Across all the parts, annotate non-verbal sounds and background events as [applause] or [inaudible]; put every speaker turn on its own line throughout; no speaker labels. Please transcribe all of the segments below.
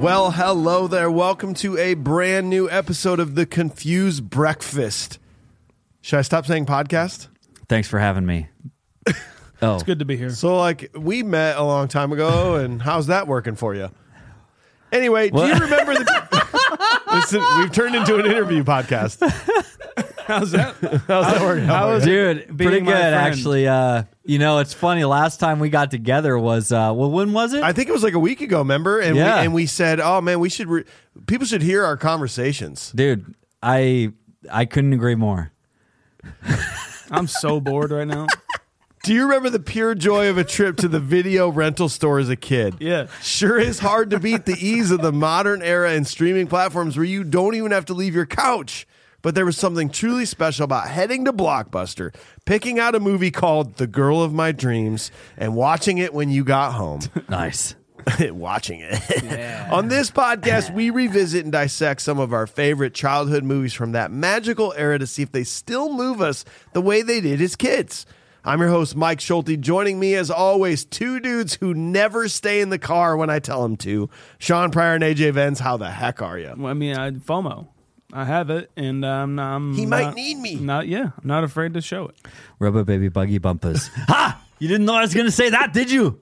Well, hello there. Welcome to a brand new episode of the Confused Breakfast. Should I stop saying podcast?
Thanks for having [laughs] me. Oh,
It's good to be here.
So, like, we met a long time ago, and how's that working for you? Anyway, do you
What?
remember the?
[laughs]
Listen, we've turned into an interview podcast.
How's that?
How's that working? out for Oh, you?
dude,
being
pretty
my
good
friend.
actually. Uh, you know, it's funny. Last time we got together was uh, well, when was it?
I think it was like a week ago, remember? And
Yeah.
we and we said, "Oh man, we should re- people should hear our conversations."
dude, I I couldn't agree [laughs] more.
I'm so bored right now.
Do you remember the pure joy of a trip to the video rental store as a kid?
Yeah.
Sure is hard to beat the ease of the modern era and streaming platforms where you don't even have to leave your couch. But there was something truly special about heading to Blockbuster, picking out a movie called The Girl of My Dreams, and watching it when you got home.
Nice.
[laughs] watching it. On this podcast, we revisit and dissect some of our favorite childhood movies from that magical era to see if they still move us the way they did as kids. I'm your host, Mike Schulte. Joining me, as always, two dudes who never stay in the car when I tell them to Sean Pryor and AJ Vens. How the heck are you?
Well, I mean, I FOMO. I have it, and I'm not. I'm
He might
not-
need me.
Not yeah. I'm not afraid to show it.
Rubber baby buggy bumpers. [laughs] ha! You didn't know I was gonna say that, did you?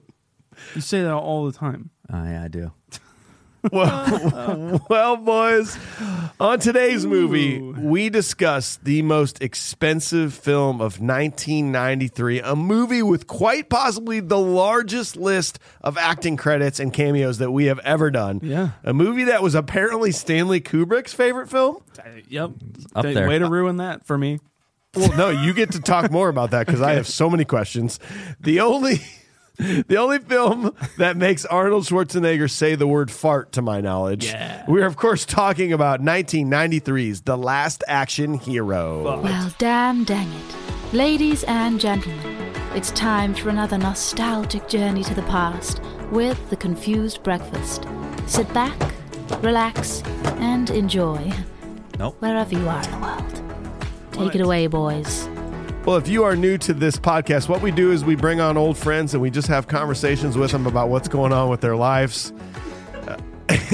You say that all the time.
Oh yeah, I do.
Well, [laughs] well, boys, on today's movie, we discuss the most expensive film of 1993, a movie with quite possibly the largest list of acting credits and cameos that we have ever done.
Yeah.
A movie that was apparently Stanley Kubrick's favorite film.
Yep.
Up there.
Way to ruin that for me.
Well, no, you get to talk more about that because I have so many questions. The only. [laughs] The only film that makes Arnold Schwarzenegger say the word fart, to my knowledge.
Yeah.
We're, of course, talking about 1993's The Last Action Hero.
Well, damn dang it. Ladies and gentlemen, it's time for another nostalgic journey to the past with the Confused Breakfast. Sit back, relax, and enjoy
Nope.
wherever you are in the world. Take it away, boys.
Well, if you are new to this podcast, what we do is we bring on old friends and we just have conversations with them about what's going on with their lives. [laughs] Uh,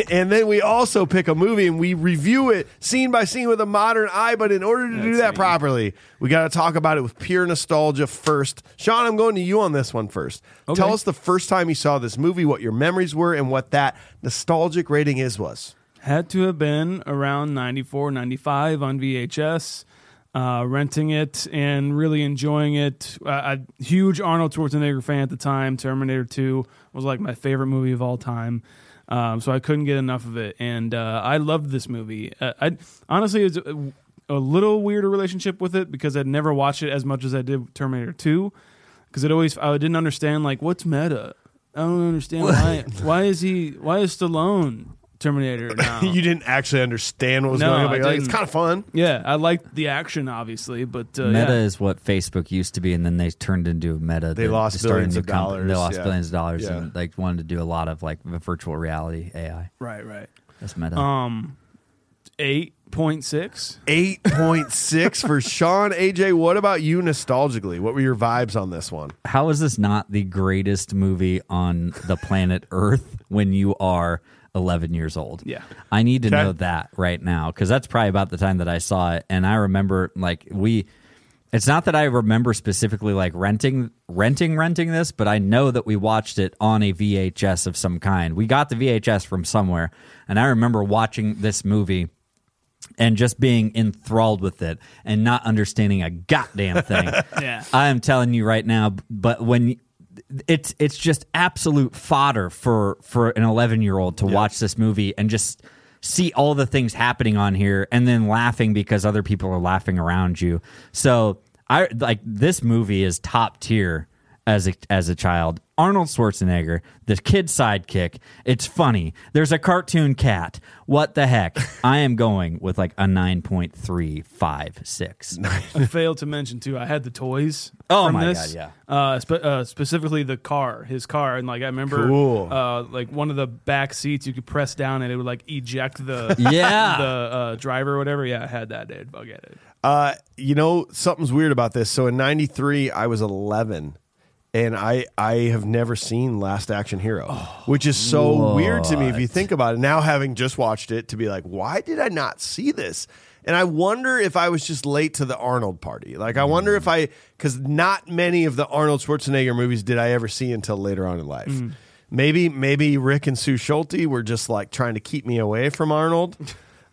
and then we also pick a movie and we review it scene by scene with a modern eye. But in order to do that properly, we got to talk about it with pure nostalgia first. Sean, I'm going to you on this one first. Tell us the first time you saw this movie, what your memories were, and what that nostalgic rating is was.
Had to have been around 94, 95 on VHS, uh, renting it and really enjoying it. Uh, a huge Arnold Schwarzenegger fan at the time. Terminator 2 was like my favorite movie of all time. Um, so I couldn't get enough of it. And uh, I loved this movie. Uh, I Honestly, it's a, a little weirder relationship with it because I'd never watched it as much as I did Terminator 2 because it always I didn't understand like what's meta. I don't understand why why is he why is Stallone
[laughs]
Terminator now?
[laughs] You didn't actually understand what was
No,
going on.
I
but you're like, it's
didn't.
kind of fun.
yeah, I liked the action obviously, but uh,
Meta
yeah.
is what Facebook used to be, and then they turned into Meta.
They lost
started a
billions
new
of
company.
dollars,
They lost
yeah.
billions of dollars,
Yeah.
and like wanted to do a lot of like virtual reality AI.
right, right.
That's Meta.
Um, eight point six.
8.6 for Sean. AJ, what about you nostalgically? What were your vibes on this one?
how is this not the greatest movie on the planet [laughs] Earth when you are 11 years old?
Yeah.
I need to
Okay.
know that right now because that's probably about the time that I saw it. And I remember, like, we. It's not that I remember specifically like renting, renting, renting this, but I know that we watched it on a VHS of some kind. We got the VHS from somewhere, and I remember watching this movie and just being enthralled with it and not understanding a goddamn thing.
[laughs] Yeah.
I am telling you right now, but when it's it's just absolute fodder for for an 11 year old to watch this movie and just see all the things happening on here and then laughing because other people are laughing around you. So I like this movie is top tier as a, as a child. Arnold Schwarzenegger, the kid sidekick. It's funny. There's a cartoon cat. What the heck? I am going with like a 9.356. [laughs]
I failed to mention too. I had the toys.
Oh
from
my
this.
God,
Uh, spe- uh, specifically the car, his car, and like I remember,
Cool.
uh, like one of the back seats you could press down and it would like eject the
[laughs]
[laughs]
Yeah.
the uh, driver or whatever. Yeah, I had that. Dude, bug at it.
Uh, you know, something's weird about this. So in 93, I was 11. and I I have never seen Last Action Hero, which is so weird to me if you think about it. Now having just watched it, to be like, why did I not see this? And I wonder if I was just late to the Arnold party. Like I wonder if I because not many of the Arnold Schwarzenegger movies did I ever see until later on in life. Maybe maybe Rick and Sue Schulte were just like trying to keep me away from Arnold.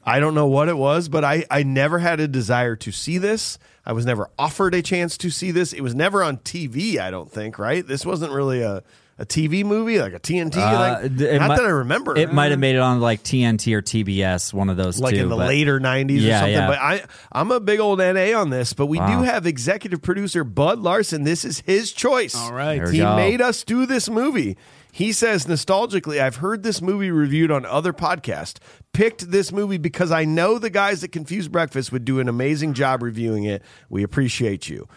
I don't know what it was, but I, I never had a desire to see this. I was never offered a chance to see this. It was never on TV, I don't think, right? This wasn't really a, a TV movie, like a TNT.
Uh,
like,
it
not
mi-
that I remember.
It might have made it on like TNT or TBS, one of those
like
two.
in the
but- [laughs]
later 90s or
Yeah,
something.
yeah.
But I, I'm a big old NA on this, but we do have executive producer Bud Larson. This is his choice.
All right. There
we
He
go.
made us do this movie. He says, nostalgically, I've heard this movie reviewed on other podcasts. Picked this movie because I know the guys at Confused Breakfast would do an amazing job reviewing it. We appreciate you.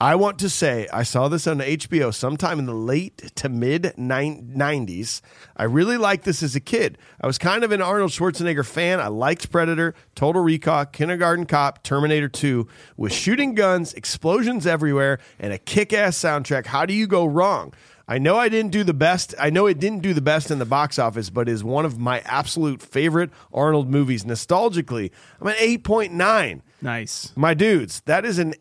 I want to say I saw this on HBO sometime in the late to mid nine- 90s. I really liked this as a kid. I was kind of an Arnold Schwarzenegger fan. I liked Predator, Total Recall, Kindergarten Cop, Terminator 2, with shooting guns, explosions everywhere, and a kick ass soundtrack. How do you go wrong? I know I didn't do the best. I know it didn't do the best in the box office, but is one of my absolute favorite Arnold movies. Nostalgically, I'm an 8.9.
Nice.
My dudes, that is an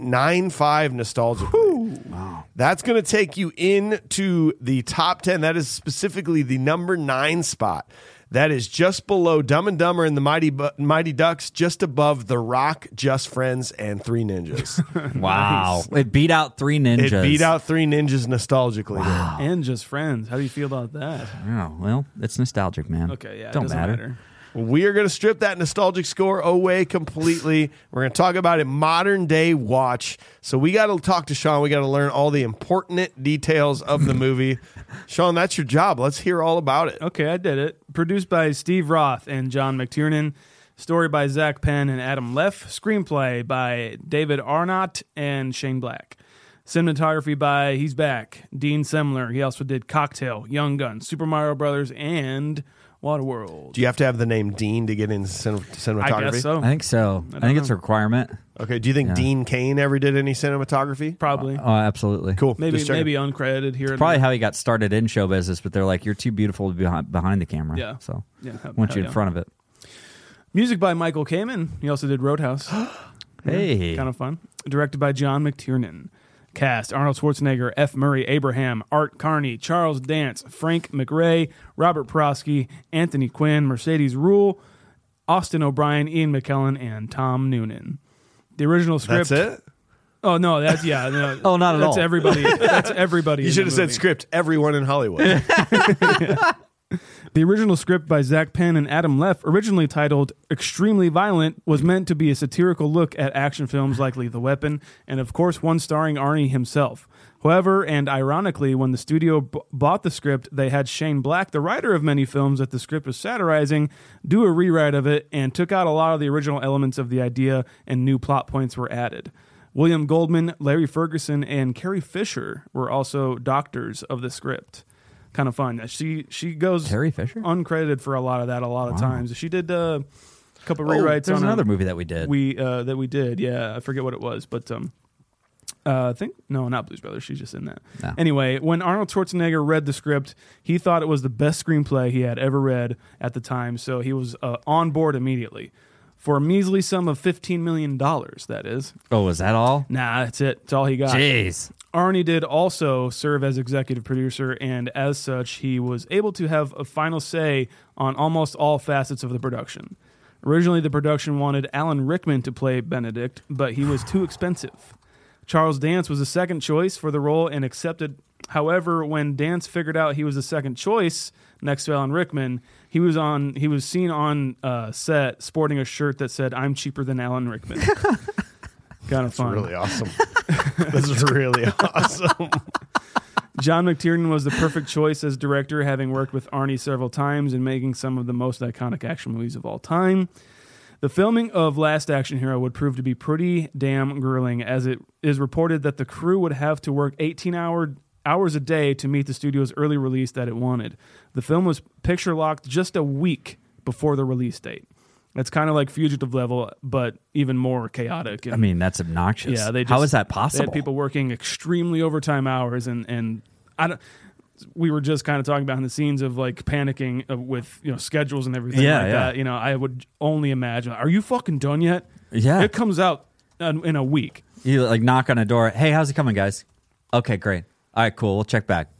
8.95 nostalgia. That's going to take you into the top 10. That is specifically the number 9 spot. That is just below Dumb and Dumber and the Mighty Bu- Mighty Ducks, just above The Rock, Just Friends and Three Ninjas.
Wow. It beat out three ninjas.
it beat out Three Ninjas nostalgically.
And just friends. How do you feel about that?
Oh, well, it's nostalgic, man.
Okay, yeah. it
Don't
doesn't
matter.
We are going to strip that nostalgic score away completely. We're going to talk about it modern day watch. So we got to talk to Sean. We got to learn all the important details of the movie. Sean, that's your job. Let's hear all about it.
Okay, I did it. Produced by Steve Roth and John McTiernan. Story by Zach Penn and Adam Leff. Screenplay by David Arnott and Shane Black. Cinematography by He's Back, Dean Semler. He also did Cocktail, Young Guns, Super Mario Brothers, and Waterworld.
Do you have to have the name Dean to get into cin- cinematography?
I guess so.
I think so. I, think it's a requirement.
Okay. Do you think Dean Kane ever did any cinematography?
Probably.
Oh, absolutely.
Cool.
maybe
Just checking.
maybe uncredited here. and
Probably how he got started in show business, but they're like, you're too beautiful to be behi- behind the camera.
Yeah.
So
there. Yeah,
I want you in
hell yeah.
front of it.
Music by Michael Kamen. He also did Roadhouse.
Hey.
kind of fun. Directed by John McTiernan. Cast Arnold Schwarzenegger, F. Murray Abraham, Art Carney, Charles Dance, Frank McRae, Robert Prosky, Anthony Quinn, Mercedes Rule, Austin O'Brien, Ian McKellen, and Tom Noonan. The original script.
That's it.
Oh no, that's yeah. No,
[laughs] Oh, not at
that's
all.
everybody. That's
[laughs]
everybody.
You
in
should
the
have said
movie.
script. Everyone in Hollywood.
The original script by Zach Penn and Adam Leff, originally titled Extremely Violent, was meant to be a satirical look at action films like Lethal Weapon and, of course, one starring Arnie himself. However, and ironically, when the studio b- bought the script, they had Shane Black, the writer of many films that the script was satirizing, do a rewrite of it and took out a lot of the original elements of the idea and new plot points were added. William Goldman, Larry Ferguson, and Carrie Fisher were also doctors of the script. Kind of fun. She she goes
Carrie Fisher?
uncredited for a lot of that a lot of times. She did uh, a couple rewrites
Oh, There's
on a-
another movie that we did.
we uh, that we did. Yeah, I forget what it was, but um, uh, I think no, not Blues Brothers. She's just in that.
No.
Anyway, when Arnold Schwarzenegger read the script, he thought it was the best screenplay he had ever read at the time, so he was uh, on board immediately for a measly sum of fifteen million dollars. That is,
oh, was that all?
nah, that's it. That's all he got.
Jeez.
Arnie did also serve as executive producer, and as such, he was able to have a final say on almost all facets of the production. Originally, the production wanted Alan Rickman to play Benedict, but he was too expensive. Charles Dance was the second choice for the role and accepted. However, when Dance figured out he was the second choice next to Alan Rickman, he was on he was seen on uh, set sporting a shirt that said "I'm cheaper than Alan Rickman." kind of fun.
really
[laughs]
awesome. this is really awesome.
John McTiernan was the perfect choice as director, having worked with Arnie several times and making some of the most iconic action movies of all time. The filming of Last Action Hero would prove to be pretty damn grueling, as it is reported that the crew would have to work 18 hour, hours a day to meet the studio's early release that it wanted. The film was picture locked just a week before the release date. It's kind of like fugitive level, but even more chaotic. And
I mean, that's obnoxious.
yeah, they just,
How is that
They
possible?
had people working extremely overtime hours, and and I don't. We were just kind of talking behind the scenes of like panicking uh, with you know schedules and everything
Yeah,
like
yeah.
that. You know, I would only imagine. Are you fucking done yet?
Yeah.
it comes out uh, in a week.
you like knock on a door. Hey, how's it coming, guys? Okay, great. All right, cool. We'll check back.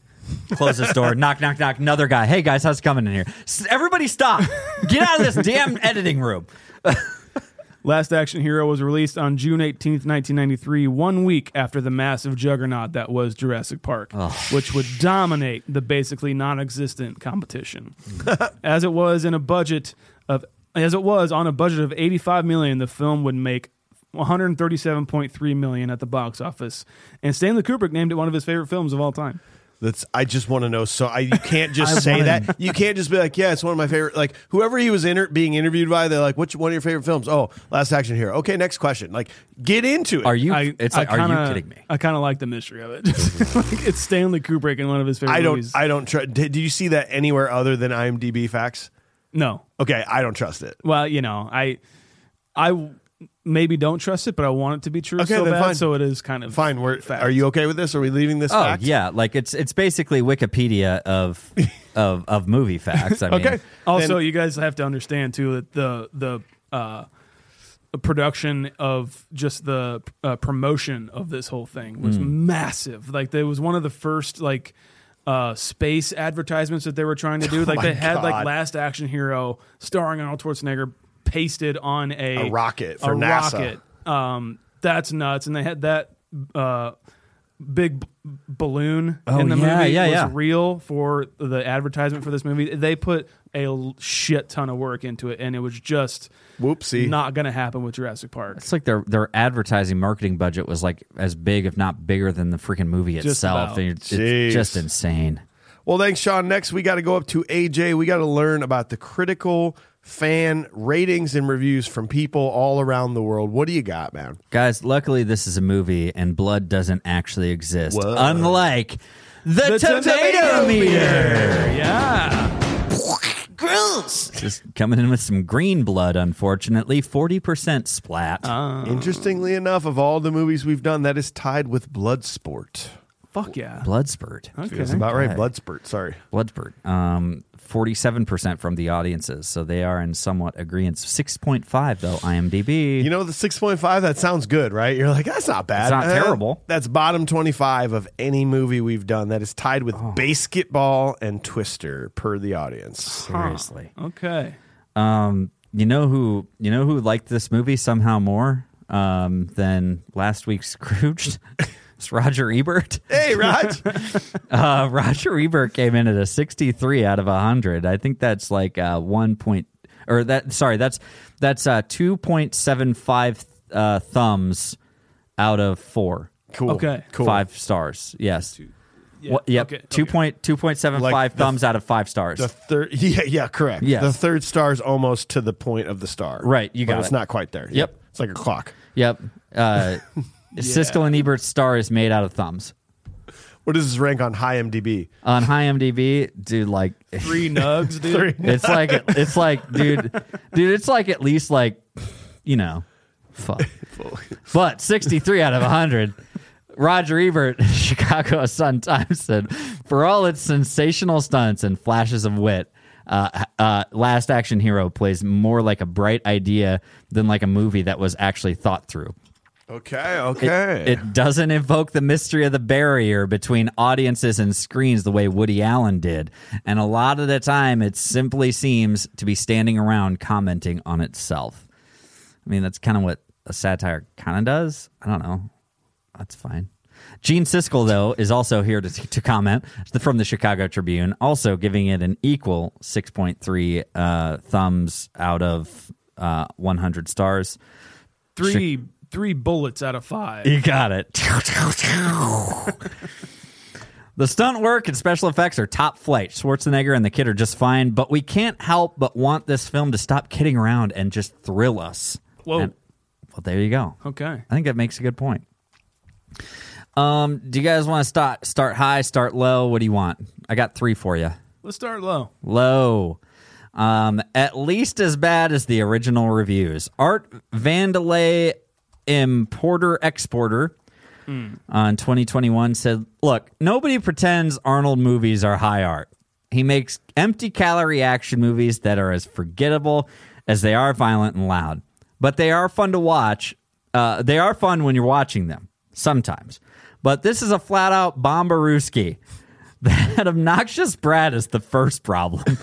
Close this
[laughs]
door. knock, knock, knock. Another guy. Hey, guys, how's it coming in here? S- Everybody, stop. Get out of this
[laughs]
damn editing room.
Last Action Hero was released on June 18th, 1993, one week after the massive juggernaut that was Jurassic Park, which would dominate the basically
[laughs]
non-existent competition. as it was in a budget of as it was on a budget of 85 million, the film would make 137.3 million at the box office. And Stanley Kubrick named it one of his favorite films of all time.
That's I just want to know. So I you can't
[laughs]
just
I
say
wanna-
that. You can't just be like, yeah, it's one of my favorite. Like whoever he was inter- being interviewed by, they're like, what's one of your favorite films? Oh, Last Action Hero. Okay, next question. Like, get into it.
Are you?
I,
it's
I
like, are
kinda-
you kidding me?
I kind of like the mystery
[laughs]
of it. Like, it's Stanley Kubrick in one of his favorite
I don't.
movies.
I don't trust. Did, did you see that anywhere other than IMDb facts?
no.
Okay, I don't trust it.
Well, you know, I, I w- maybe don't trust it, but I want it to be true
Okay,
so
then
bad.
fine.
So it is kind of
Fine. We're,
fact.
are you okay with this? Are we leaving this?
Oh
fact?
yeah, like it's it's basically Wikipedia
[laughs]
of of of movie facts. I mean,
Okay.
Also,
Then-
you guys have to understand too that the the uh, the production of just the uh, promotion of this whole thing was massive. Like, there was one of the first like. Uh, space advertisements that they were
[laughs]
trying to do, like
Oh my
they had like
God.
Last Action Hero starring Arnold Schwarzenegger pasted on a,
A rocket for
a
NASA.
rocket. Um, that's nuts. And they had that uh, big b- balloon
Oh,
in the
yeah,
movie
yeah,
was
yeah.
real for the advertisement for this movie. They put a l- shit ton of work into it, and it was just
Whoopsie.
not going to happen with Jurassic Park.
It's like their their advertising marketing budget was like as big, if not bigger, than the freaking movie itself.
about.
And It's
Jeez.
it's just insane.
Well, thanks, Sean. Next, we got to go up to AJ. We got to learn about the critical fan ratings and reviews from people all around the world. What do you got, man?
Guys, luckily this is a movie and blood doesn't actually exist.
Whoa.
Unlike the, tomato,
tomato
meter.
Yeah,
Just coming in with some green blood, unfortunately. 40% splat.
Ah. Interestingly enough, of all the movies we've done, that is tied with Bloodsport.
fuck yeah.
blood spurt.
Okay.
That's about right.
Okay.
Bloodsport. Sorry.
Blood spurt. Um, 47% from the audiences. So they are in somewhat agreement. 6.5, though, IMDb.
You know the six point five. That sounds good, right? You're like, that's not bad.
It's not
Uh,
terrible.
That's bottom twenty five of any movie we've done. That is tied with
Oh.
Basketball and Twister per the
[laughs]
audience.
Seriously.
Okay.
Um, you know who you know who liked this movie somehow more um, than last week's [laughs] Scrooged? it's Roger Ebert.
Hey, Raj.
Uh, [laughs] Roger Ebert came in at a 63 out of 100. I think that's like uh, one point, or that sorry, that's that's uh, 2.75 uh, thumbs out of four,
cool.
Okay.
Cool.
five stars. Yes.
Yeah.
What- yep.
Okay.
Two
okay.
point two point seven five
Like the-
thumbs out of five stars.
The third, [laughs] yeah, yeah, correct.
Yes.
The third star is almost to the point of the star.
Right, you
But
got
It's
it.
not quite there.
Yep.
It's like a clock.
yep.
[laughs]
Uh, Siskel and Ebert's star is made out of thumbs.
What does this rank on high MDB?
on high MDB, dude, like
Three nugs, dude.
it's like it's like dude, dude, it's like at least like you know, fuck. But 63 out of 100. Roger Ebert, [laughs] Chicago Sun Times said, for all its sensational stunts and flashes of wit. Uh, uh, Last Action Hero plays more like a bright idea than like a movie that was actually thought through.
Okay,
It,
okay.
it doesn't invoke the mystery of the barrier between audiences and screens the way Woody Allen did. And a lot of the time, it simply seems to be standing around commenting on itself. I mean, that's kind of what a satire kind of does. I don't know. That's fine. Gene Siskel, though, is also here to, to comment from the Chicago Tribune, also giving it an equal 6.3 uh, thumbs out of uh, 100 stars.
Three three bullets out of five.
You got it. the stunt work and special effects are top flight. Schwarzenegger and the kid are just fine, but we can't help but want this film to stop kidding around and just thrill us.
Whoa.
And- well, there you go.
Okay.
I think that makes a good point. Um, do you guys want to start start high, start low? What do you want? I got three for you.
Let's start low.
Low. Um, at least as bad as the original reviews. Art Vandelay Importer Exporter on 2021 said, Look, nobody pretends Arnold movies are high art. He makes empty calorie action movies that are as forgettable as they are violent and loud. But they are fun to watch. Uh, they are fun when you're watching them, sometimes. But this is a flat out bombarooski. [laughs] That obnoxious brat is the first problem.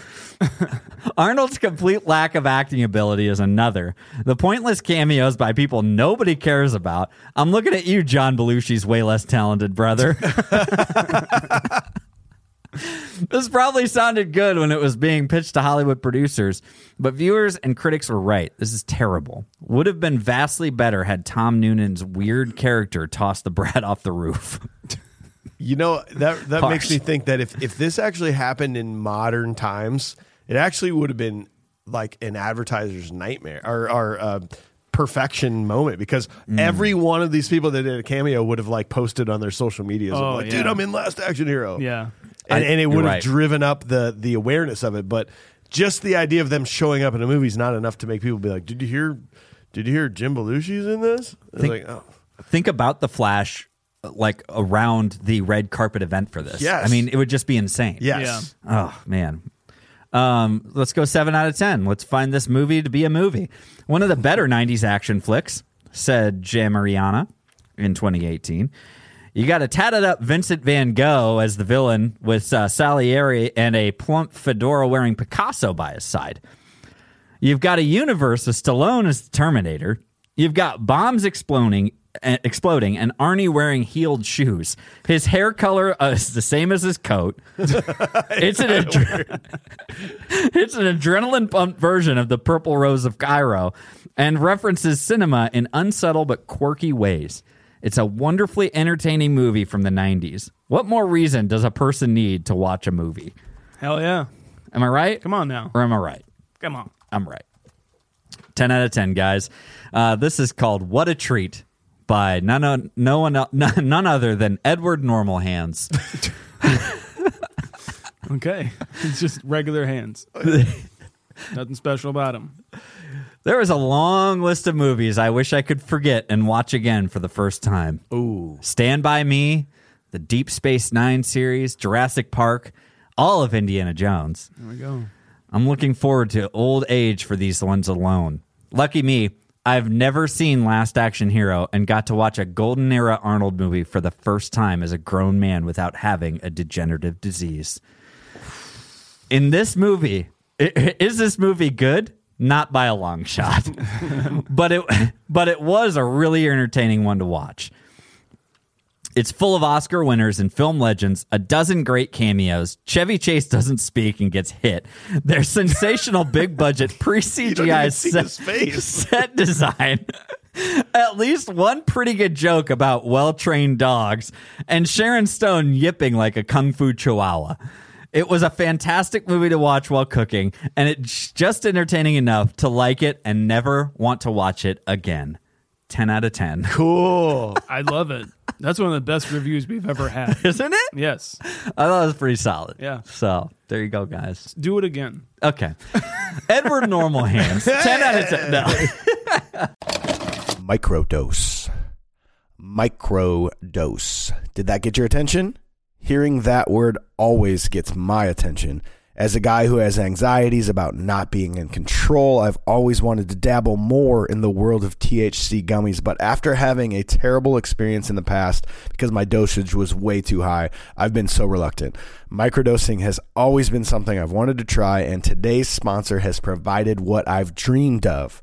Arnold's complete lack of acting ability is another. The pointless cameos by people nobody cares about. I'm looking at you, John Belushi's way less talented brother. [laughs] this probably sounded good when it was being pitched to Hollywood producers, but viewers and critics were right. This is terrible. Would have been vastly better had Tom Noonan's weird character tossed the brat off the roof. [laughs]
You know that that
Harsh.
makes me think that if if this actually happened in modern times, it actually would have been like an advertiser's nightmare or, or uh, perfection moment because
Mm.
every one of these people that did a cameo would have like posted on their social medias,
Oh,
like,
yeah.
"Dude, I'm in Last Action Hero."
Yeah.
and,
I-
and it would
you're
have
right.
driven up the the awareness of it. But just the idea of them showing up in a movie is not enough to make people be like, "Did you hear? Did you hear Jim Belushi's in this?" It's
Think-
like, oh.
think about the flash uh, like around the red carpet event for this.
Yes.
I mean, it would just be insane.
yes,
Oh man. Um, let's go seven out of ten. Let's find this movie to be a movie. One of the better [laughs] '90s action flicks," said Jamariana in 2018. You got a tatted up Vincent Van Gogh as the villain with uh, Salieri and a plump fedora wearing Picasso by his side. You've got a universe with Stallone as the Terminator. You've got bombs exploding, uh, exploding, and Arnie wearing heeled shoes. His hair color uh, is the same as his coat. it's an adre- [laughs] it's an adrenaline pumped version of the Purple Rose of Cairo, and references cinema in unsubtle but quirky ways. It's a wonderfully entertaining movie from the '90s. What more reason does a person need to watch a movie?
Hell yeah.
Am I right?
Come on now.
or am I right?
Come on.
I'm right. 10 out of 10, guys. Uh, this is called What a Treat by none, o- no one, el- [laughs] none other than Edward Normal Hands.
Okay. [laughs] It's just regular
[laughs]
hands. Nothing special about them.
there is a long list of movies I wish I could forget and watch again for the first time. Ooh. Stand By Me, the Deep Space Nine series, Jurassic Park, all of Indiana Jones.
There we go.
I'm looking forward to old age for these ones alone. Lucky me, I've never seen Last Action Hero and got to watch a golden era Arnold movie for the first time as a grown man without having a degenerative disease. In this movie, i- i- is this movie good? Not by a long shot. [laughs] but it [laughs] but it was a really entertaining one to watch. It's full of Oscar winners and film legends, a dozen great cameos. Chevy Chase doesn't speak and gets hit.
[laughs]
Their sensational big budget pre
you don't even
CGI
see
set,
his face.
[laughs] set design. At least one pretty good joke about well trained dogs and Sharon Stone yipping like a kung fu chihuahua. It was a fantastic movie to watch while cooking, and it's just entertaining enough to like it and never want to watch it again. 10 out of 10.
Cool.
I love it. That's one of the best reviews we've ever had.
[laughs] Isn't it?
Yes.
I thought it was pretty solid.
Yeah.
So there you go, guys.
Do it again.
Okay. [laughs] Edward
[laughs]
Normal Hands. 10 out of 10. No.
microdose. Microdose. Did that get your attention? Hearing that word always gets my attention. As a guy who has anxieties about not being in control, I've always wanted to dabble more in the world of THC gummies, but after having a terrible experience in the past because my dosage was way too high, I've been so reluctant. Microdosing has always been something I've wanted to try, and today's sponsor has provided what I've dreamed of.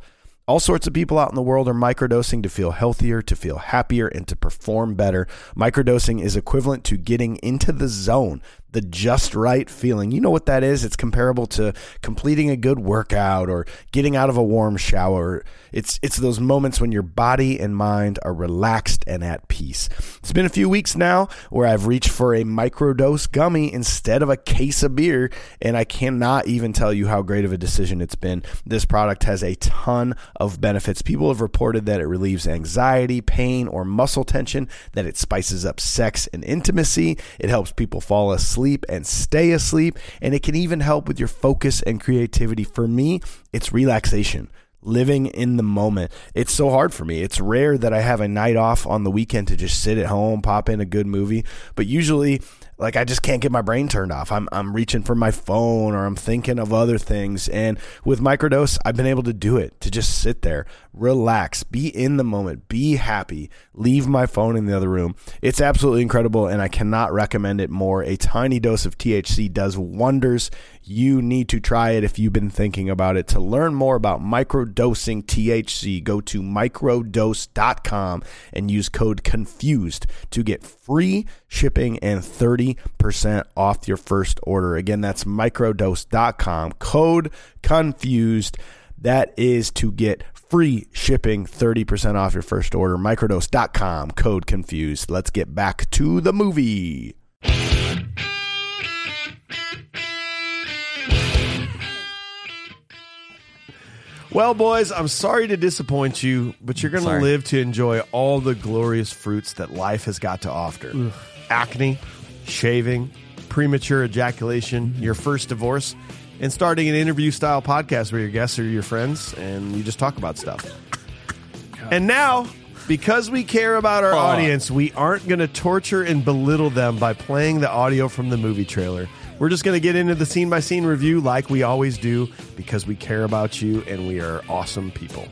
All sorts of people out in the world are microdosing to feel healthier, to feel happier, and to perform better. Microdosing is equivalent to getting into the zone, the just right feeling. You know what that is? It's comparable to completing a good workout or getting out of a warm shower. It's it's those moments when your body and mind are relaxed and at peace. It's been a few weeks now where I've reached for a microdose gummy instead of a case of beer, and I cannot even tell you how great of a decision it's been. This product has a ton of benefits. People have reported that it relieves anxiety, pain, or muscle tension, that it spices up sex and intimacy, it helps people fall asleep and stay asleep, and it can even help with your focus and creativity. For me, it's relaxation living in the moment. It's so hard for me. It's rare that I have a night off on the weekend to just sit at home, pop in a good movie, but usually like I just can't get my brain turned off. I'm I'm reaching for my phone or I'm thinking of other things and with microdose I've been able to do it to just sit there, relax, be in the moment, be happy, leave my phone in the other room. It's absolutely incredible and I cannot recommend it more. A tiny dose of THC does wonders. You need to try it if you've been thinking about it. To learn more about microdosing THC, go to microdose.com and use code CONFUSED to get free shipping and 30% off your first order. Again, that's microdose.com, code CONFUSED. That is to get free shipping, 30% off your first order. Microdose.com, code CONFUSED. Let's get back to the movie.
Well, boys, I'm sorry to disappoint you, but you're going to
Sorry.
live to enjoy all the glorious fruits that life has got to offer acne, shaving, premature ejaculation,
Mm-hmm.
your first divorce, and starting an interview style podcast where your guests are your friends and you just talk about stuff. And now, because we care about our audience, we aren't going to torture and belittle them by playing the audio from the movie trailer. We're just going to get into the scene by scene review like we always do because we care about you and we are awesome people.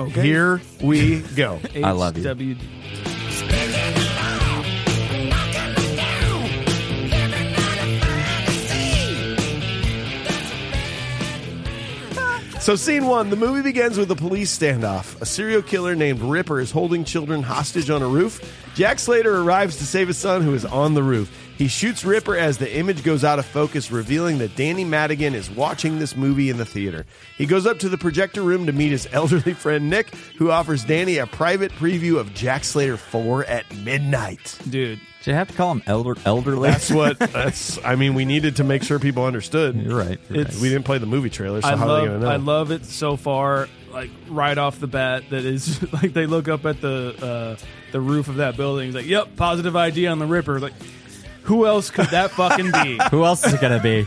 Okay.
Here we go.
I love you.
HWD.
So, scene one the movie begins with a police standoff. A serial killer named Ripper is holding children hostage on a roof. Jack Slater arrives to save his son, who is on the roof. He shoots Ripper as the image goes out of focus, revealing that Danny Madigan is watching this movie in the theater. He goes up to the projector room to meet his [laughs] elderly friend Nick, who offers Danny a private preview of Jack Slater 4 at midnight.
Dude,
Do you have to call him elder elderly?
That's what, that's, I mean, we needed to make sure people understood.
you're right. You're
It's-
right.
We didn't play the movie trailer, so
I
how are they going
love
to know?
I love it so far. Like right off the bat, that is [laughs] like they look up at the uh, the roof of that building. It's like, yep, positive ID on the Ripper. Like, who else could that fucking be?
Who else is it
[laughs]
gonna be?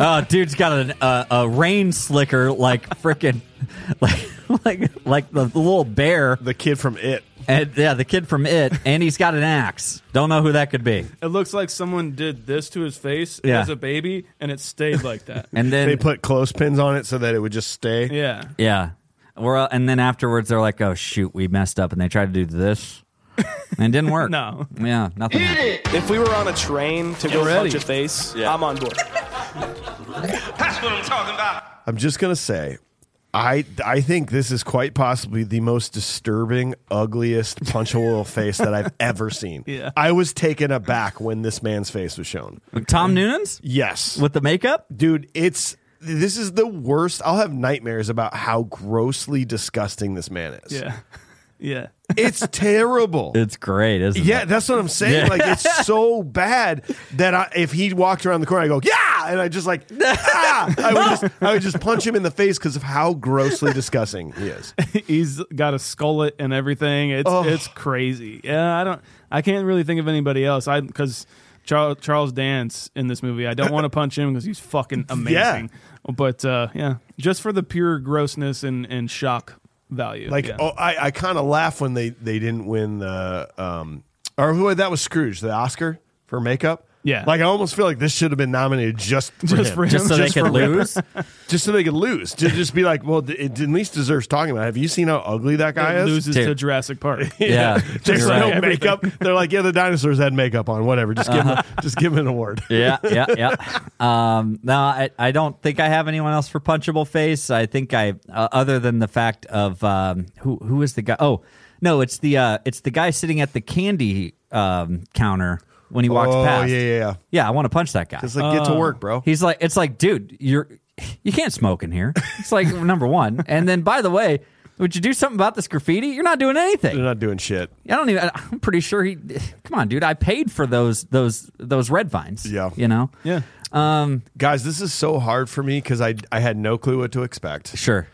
oh, dude's got an, uh, a rain slicker like freaking [laughs] like like like the little bear
the kid from It.
and yeah the kid from it and he's got an axe. Don't know who that could be.
It looks like someone did this to his face
Yeah.
as a baby, and it stayed like that.
And then
they put clothespins on it so that it would just stay.
yeah,
Yeah. We're, uh, and then afterwards, they're like, oh, shoot, we messed up. And they tried to do this. And it
[laughs]
didn't work.
No.
Yeah, nothing. happened.
If we were on a train to go
ready.
punch a face, I'm on board.
That's what I'm talking about.
I'm just gonna say, I I think this is quite possibly the most disturbing, ugliest punchable face that I've
[laughs]
ever seen.
Yeah.
I was taken aback when this man's face was shown.
Tom Noonan's
Yes,
with the makeup?
dude, it's this is the worst. I'll have nightmares about how grossly disgusting this man is.
[laughs] yeah, yeah. [laughs]
it's terrible.
It's great, isn't
Yeah,
it?
that's what I'm saying.
Yeah.
Like
[laughs]
it's so bad that I, if he walked around the corner, I go yeah, and I just
[laughs]
like ah, I would just I would just punch him in the face because of how
[laughs]
grossly disgusting he is.
He's got a skullet and everything. It's it's crazy. Yeah, I don't. I can't really think of anybody else. I because Charles Charles Dance in this movie. I don't want to punch him because he's fucking amazing. But uh, yeah, just for the pure grossness and and shock value.
Like
yeah.
oh, I I kind of laugh when they they didn't win the um or who that was Scrooge the Oscar for makeup.
Yeah.
like I almost feel like this should have been nominated just for
[laughs] Just
him.
for him.
Just so
Just
they
for
could
[laughs]
Ripper. [laughs]
lose?
just so they could lose to just be like, well, it at least deserves talking about. it. Have you seen how ugly that guy
it
is?
loses
Dude.
to Jurassic Park.
[laughs]
yeah.
There's
you're
no
right.
makeup. They're like, yeah, the dinosaurs had makeup on. Whatever. Just give him, a, just give him an award.
Uh-huh. yeah, yeah, yeah. Um, no, I, I don't think I have anyone else for punchable face. I think I, uh, other than the fact of um, who who is the guy? Oh, no, it's the uh, it's the guy sitting at the candy um, counter when he walks
oh
past.
yeah, yeah, yeah.
Yeah, I want to punch that guy.
[laughs] It's like get to work, bro.
Uh, He's like, [laughs] it's like, dude, you're you can't smoke in here. It's like number one, and then by the way, Would you do something about this graffiti? You're not doing anything.
They're not doing shit.
I don't even. [laughs] I'm pretty sure he. Come on, dude. I paid for those those those red vines.
Yeah.
You know.
Yeah.
Um.
Guys, this is so hard for me because I, I had no clue what to expect.
Sure.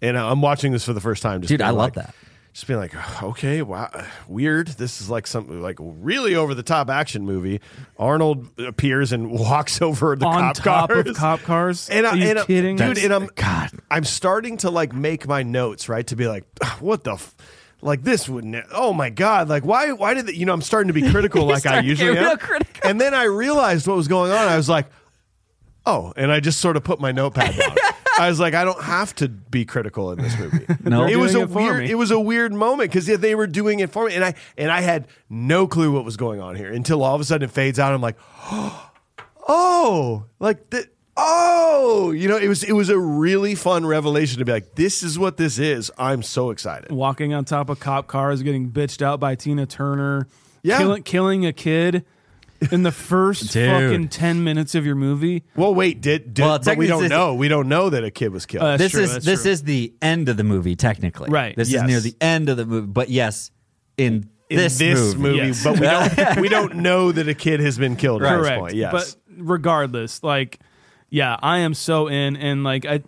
And I- I'm watching this for the first time. Just
Dude,
being
I love
like-
that.
Just being like, "Oh, okay, wow, weird. This is like something like really over the top action movie. Arnold appears and [laughs] walks over the
On
cop
top
cars.
of cop cars.
And I,
Are you
and I-
kidding?
dude?
That's-
And I'm God. I'm starting to like make my notes right to be like, what the. F-? Like this wouldn't. Oh my God! Like why? Why did the, you know? I'm starting to be
[laughs]
critical, like I
starting to
usually
get real
am.
critical.
And then I realized what was going on. I was like, oh, and I just sort of put my notepad
[laughs]
down. I was like, I don't have to be critical in this movie.
No.
it
They're
was a
doing it for
weird.
me.
It was a weird moment because they were doing it for me, and I and I had no clue what was going on here until all of a sudden it fades out. I'm like, oh, like the oh, you know, it was it was a really fun revelation to be like, this is what this is. I'm so excited.
walking on top of cop cars, getting bitched out by Tina Turner,
Yeah.
killing, killing a kid in the
[laughs]
first
Dude.
fucking 10 minutes of your movie.
Well, wait, did, did
Well,
but we
technically-
don't know. We don't know that a kid was killed.
Uh, That's
this
true,
is
that's
this
true.
is the end of the movie technically.
Right,
This
yes.
is near the end of the movie. But yes, in,
in
this, movie.
yes.
but we
[laughs]
don't we don't know that a kid has been killed at this
Correct.
point. Yes.
But regardless, like, yeah, I am so in. And, like, I.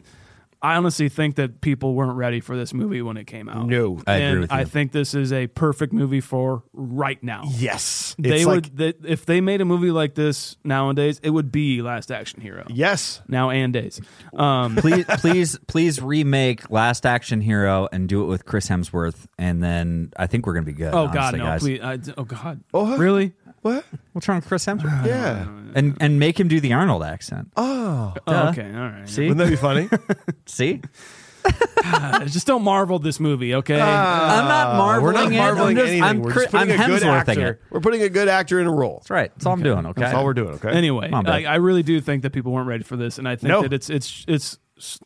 I honestly think that people weren't ready for this movie when it came out.
No.
I agree
and
with
I
you.
think this is a perfect movie for right now.
yes. It's
they
like,
would they, if they made a movie like this nowadays, it would be Last Action Hero.
Yes.
Now and days. Um,
please, please, please remake Last Action Hero and do it with Chris Hemsworth, and then I think we're gonna be good.
oh
honestly,
God, no!
guys.
Please, I, oh God,
Oh, huh?
really?
What?
What's wrong with Chris Hemsworth?
[sighs] Yeah.
And and make him do the Arnold accent.
Oh.
Oh, okay, all right.
See,
Wouldn't that be funny?
see.
Uh, just don't marvel this movie, okay?
I'm not [laughs] marveling.
Uh, We're not
it.
marveling
I'm just,
anything.
I'm,
We're
Chris-
just putting
I'm
a good
Hemsworthing
actor.
it.
We're putting a good actor in a role.
That's right. That's all I'm doing. Okay.
That's all we're doing. Okay.
Uh, anyway,
Come on, bud.
like, I really do think that people weren't ready for this, and I think
No.
that it's it's it's s-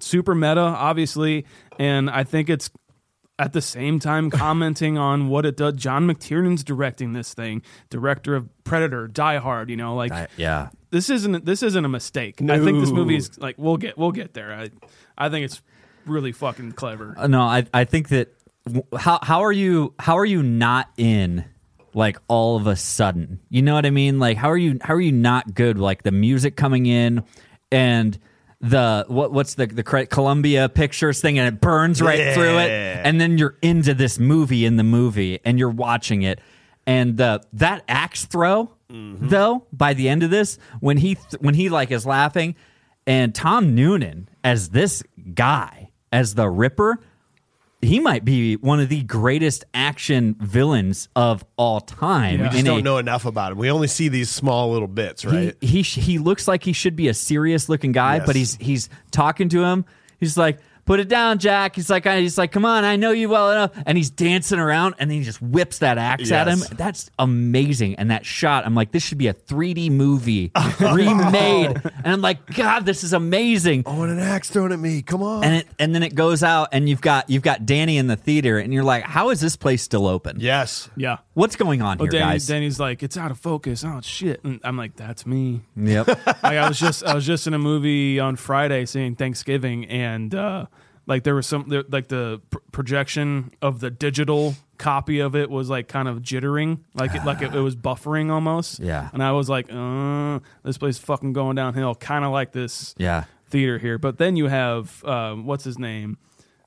super meta, obviously, and I think it's at the same time commenting on what it does. John McTiernan's directing this thing, director of Predator, Die Hard. You know, like
I- yeah.
this isn't this isn't a mistake. I think this movie is like we'll get we'll get there. I I think it's really fucking clever.
Uh, No, I I think that w- how how are you how are you not in like all of a sudden? You know what I mean? Like how are you how are you not good? Like the music coming in and the what what's the the cre- Columbia Pictures thing and it burns right through it,
Yeah.
and then you're into this movie in the movie and you're watching it, and the that axe throw though by the end of this when he th- when he like is laughing. And Tom Noonan as this guy, as the Ripper, he might be one of the greatest action villains of all time.
Yeah.
We just
in
don't
a-
know enough about him. We only see these small little bits,
He,
right?
he sh- he looks like he should be a serious looking guy, but
Yes.
he's he's talking to him. He's like, "Put it down, Jack." He's like, I, "He's like, come on, I know you well enough." And he's dancing around, and then he just whips that axe at him.
Yes.
That's amazing. And that shot, I'm like, this should be a 3D movie remade. And I'm like, God, this is amazing
I want an axe thrown at me. Come on.
and it and then it goes out and you've got you've got Danny in the theater and you're like, how is this place still open?
yes.
Uh,
Yeah.
What's going on
Well,
here,
Oh, Danny,
guys?
Danny's like, it's out of focus. Oh shit! And I'm like, that's me. [laughs]
Yep.
like I was just I was just in a movie on Friday seeing Thanksgiving and uh like there was some there, like the pr- projection of the digital copy of it was like kind of jittering like it like it, it was buffering almost
Yeah.
and I was like uh, this place fucking going downhill kind of like this
yeah.
theater here but then you have uh, what's his name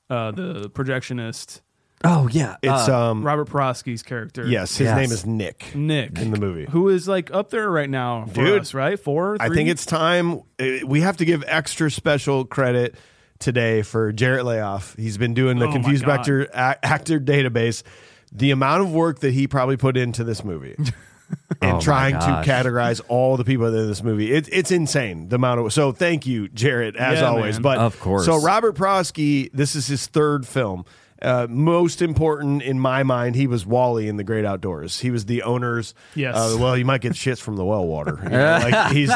uh, the projectionist
Oh yeah.
It's
Uh,
um
Robert Prosky's character
yes, his
Yes.
name is Nick
Nick
in the movie.
who is like up there right now for
Dude.
us right four
I
three?
think it's time uh, we have to give extra special credit today for Jarrett Layoff. He's been doing
Oh
the
my
Confused
God.
Actor a- Actor Database. The amount of work that he probably put into this
[laughs]
movie.
Oh
And
my
trying to
gosh.
categorize all the people in this movie. It, it's insane the amount of so thank you, Jarrett, as
Yeah,
always.
man.
But
Of course.
So Robert Prosky, this is his third film. Uh, most important in my mind, he was Wally in the Great Outdoors. He was the owners.
Yes.
uh, well, you might get shits from the well water. you know,
[laughs]
like he's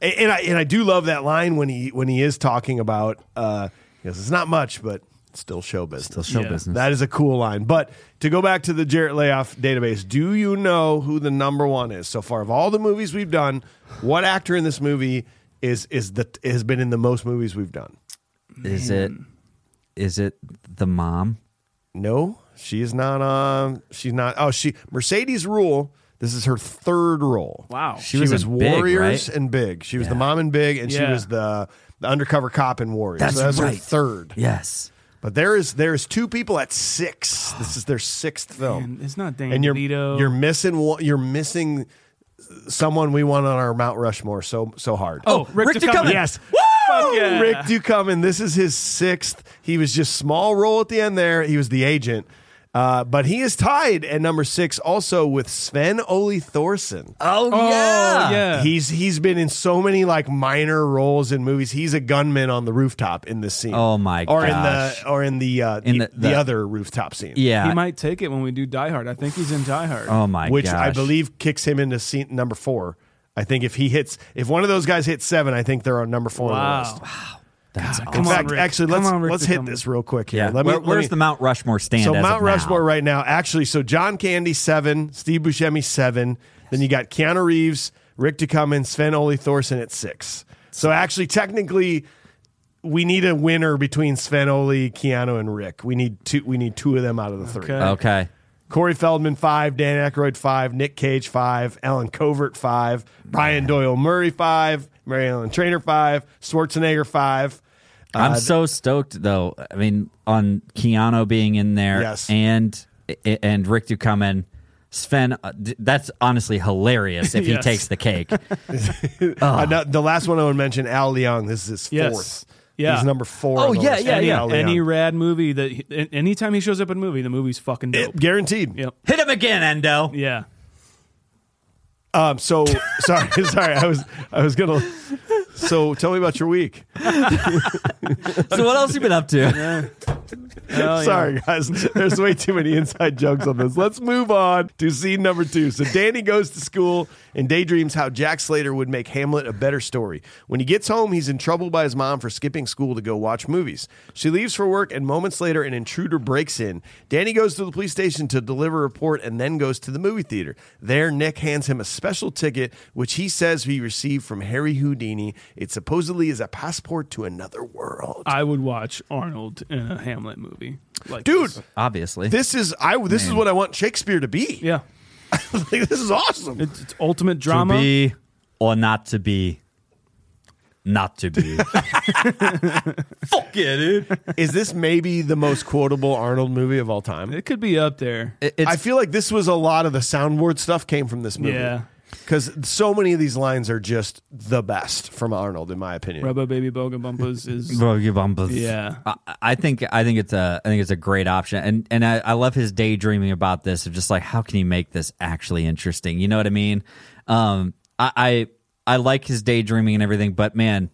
and I and I do love that line when he when he is talking about uh, he goes, it's not much, but it's still show business.
show
yeah.
business.
That is a cool line. But to go back to the Jarrett Layoff database, do you know who the number one is so far of all the movies we've done? What actor in this movie is is the has been in the most movies we've done?
Is it is it the mom?
No, she is not. Um, she's not. Oh, she Mercedes Rule. This is her third role.
Wow.
she,
She was
was,
in Big,
Warriors
right?
and Big. She was the mom in Big, and she
Yeah.
was the, the undercover cop in Warriors.
That's
so that's her
right.
third.
Yes.
But there is there is two people at six. This is their sixth film,
Man, it's not Dan
and you're
DeVito.
you're missing one- you're missing someone we want on our Mount Rushmore so so hard.
Oh, Rick,
Rick
Duchovny.
Duchovny.
Yes.
Fuck yeah.
Rick Ducommun. This is his sixth. He was just small role at the end there. He was the agent. Uh, but he is tied at number six also with Sven Ole Thorson.
Oh,
Oh, yeah.
He's he's been in so many like minor roles in movies. He's a gunman on the rooftop in this scene.
Oh, my
or
gosh.
in the or in the uh,
In
the,
the-
the
the-
other rooftop scene.
Yeah.
he might take it when we do Die Hard. I think he's in Die Hard.
oh my
which
gosh.
I believe kicks him into scene number four. I think if he hits, if one of those guys hits seven, I think they're on number four on the
wow.
list.
That's
In
Come on,
fact,
Rick.
actually, let's
Come on, Rick,
let's
to
hit
come-
this real quick here.
Yeah.
Let me,
Where-
let
where's
me-
the Mount Rushmore stand?
So
as of
Mount
now?
Rushmore right now, actually. So John Candy seven, Steve Buscemi seven. Then you got Keanu Reeves, Rick DeCummins, Sven Ole Thorson at six. So actually, technically, we need a winner between Sven Ole, Keanu, and Rick. We need two. We need two of them out of the three.
Okay.
Okay.
Corey Feldman five, Dan Aykroyd five, Nick Cage five, Alan Covert five, Brian Doyle Murray five, Mary Ellen Trainer five, Schwarzenegger five. Uh,
I'm so stoked though. I mean, on Keanu being in there,
Yes.
and and Rick Ducommun, Sven. uh, d- That's honestly
[laughs]
hilarious if
Yes.
he takes the cake.
Uh, no- the last one I would mention, Al Leong. This is his
Yes.
fourth.
Yeah.
He's number four.
Oh,
on the
yeah,
list.
yeah, yeah.
Al Leong.
Any rad movie that he- an- anytime he shows up in a movie, the movie's fucking dope.
It- guaranteed.
Yep.
Hit him again, Endo.
Yeah.
Um. So [laughs] sorry, sorry. I was I was gonna. So tell me about your week.
So what else you been up
[laughs]
to?
Hell yeah.
Sorry, guys. There's way too many inside jokes on this. Let's move on to scene number two. So Danny goes to school and daydreams how Jack Slater would make Hamlet a better story. When he gets home, he's in trouble by his mom for skipping school to go watch movies. She leaves for work, and moments later, an intruder breaks in. Danny goes to the police station to deliver a report and then goes to the movie theater. There, Nick hands him a special ticket, which he says he received from Harry Houdini. It supposedly is a passport to another world.
I would watch Arnold in a Hamlet movie. Like
Dude,
this.
Obviously.
this is I. This is what I want Shakespeare to be.
Yeah.
[laughs] Like, this is awesome.
It's, it's ultimate
to
drama.
be or not to be. Not to be. [laughs] Fuck yeah, dude.
Is this maybe the most quotable Arnold movie of all time?
It could be up there.
It- it's
I feel like this was a lot of the soundboard stuff came from this movie.
Yeah.
Because so many of these lines are just the best from Arnold, in my opinion.
Rubber Baby Boga
[laughs]
Bumpers is
Bro, you bum-
Yeah.
I, I think I think it's a I think it's a great option, and and I, I love his daydreaming about this of just like how can he make this actually interesting? You know what I mean? Um, I I, I like his daydreaming and everything, but man,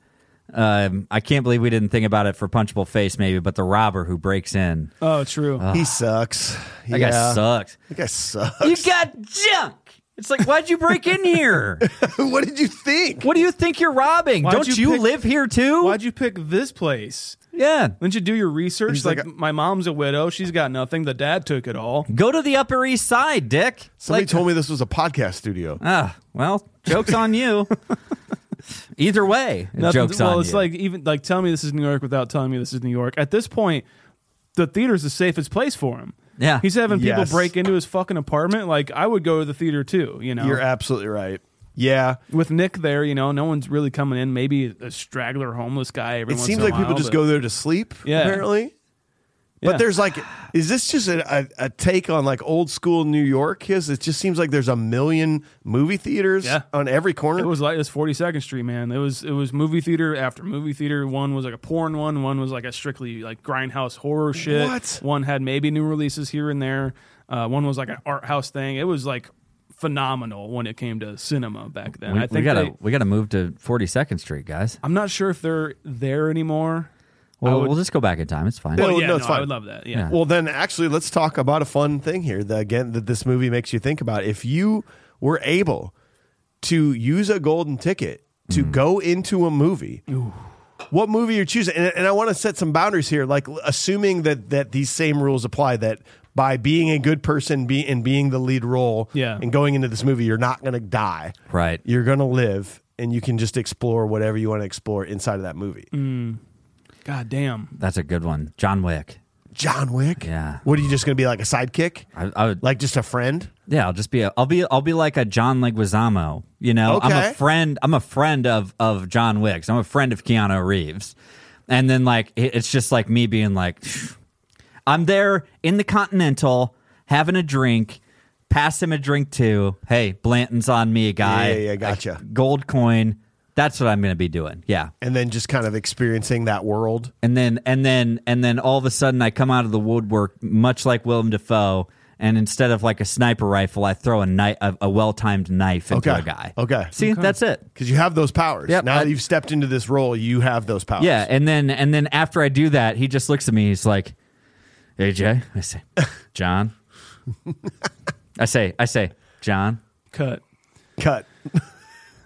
um, I can't believe we didn't think about it for Punchable Face maybe, but the robber who breaks in
oh true.
He sucks.
that
yeah.
guy sucks.
That guy sucks. [laughs]
You got junk. It's like why'd you break in [laughs] here?
what did you think?
What do you think you're robbing?
Why'd
Don't
you
you,
pick-
live here too?
Why'd you pick this place?
yeah.
Didn't you do your research?
He's
Like,
like a-
my mom's a widow. She's got nothing. The dad took it all.
Go to the Upper East Side, Dick.
Somebody told me this was a podcast studio.
Ah, well, joke's on
[laughs]
you. Either way,
Nothing-
joke's
well,
on
it's
you.
like even like tell me this is New York without telling me this is New York. At this point, the theater's the safest place for him.
Yeah.
he's having people
Yes.
break into his fucking apartment. Like I would go to the theater too. You know,
You're absolutely right. Yeah.
with Nick there, you know, no one's really coming in. Maybe a straggler, homeless guy. Every
It
once
seems
in a
like people
while,
just
but-
go there to sleep,
Yeah.
apparently.
Yeah.
But there's like, is this just a, a, a take on like old school New York? Is it just seems like there's a million movie theaters
Yeah.
on every corner.
It was like this 42nd Street, man. It was it was movie theater after movie theater. One was like a porn one. One was like a strictly like grindhouse horror shit.
What?
One had maybe new releases here and there. Uh, one was like an art house thing. It was like phenomenal when it came to cinema back then.
we,
I
we
think
gotta
they-
we gotta move to Forty Second Street, guys.
I'm not sure if they're there anymore. I
Well,
would-
we'll just go back in time. It's fine.
Well,
Oh, yeah,
no, it's
no, I
fine.
would love that. Yeah.
Yeah.
Well, then actually, let's talk about a fun thing here. That, again, that this movie makes you think about. If you were able to use a golden ticket to go into a movie, what movie you're choosing? And, and I want to set some boundaries here. Like l- assuming that that these same rules apply. That by being a good person be, and being the lead role,
Yeah.
and going into this movie, you're not going to die.
Right.
Mm.
You're going to live, and you can just explore whatever you want to explore inside of that movie.
God damn.
That's a good one. John Wick.
John Wick.
Yeah.
What are you just going to be like a sidekick?
I, I would
Like just a friend?
Yeah, I'll just be a, I'll be I'll be like a John Leguizamo. You know, I'm
Okay.
a friend. I'm a friend of of John Wicks. I'm a friend of Keanu Reeves. And then like it- it's just like me being like, [sighs] I'm there in the Continental having a drink. Pass him a drink too. Hey, Blanton's on me, guy.
Yeah, yeah, yeah, gotcha.
Like, gold coin. That's what I'm going to be doing. Yeah.
And then just kind of experiencing that world.
And then and then and then all of a sudden I come out of the woodwork much like Willem Dafoe and instead of like a sniper rifle I throw a knife a, a well-timed knife into
Okay.
a guy.
Okay.
See, that's it.
Because you have those powers.
Yep,
now
I-
that you've stepped into this role, you have those powers.
Yeah, and then and then after I do that, he just looks at me. He's like, "AJ,"
[laughs]
I say, "John." I say, I say, "John."
Cut.
Cut.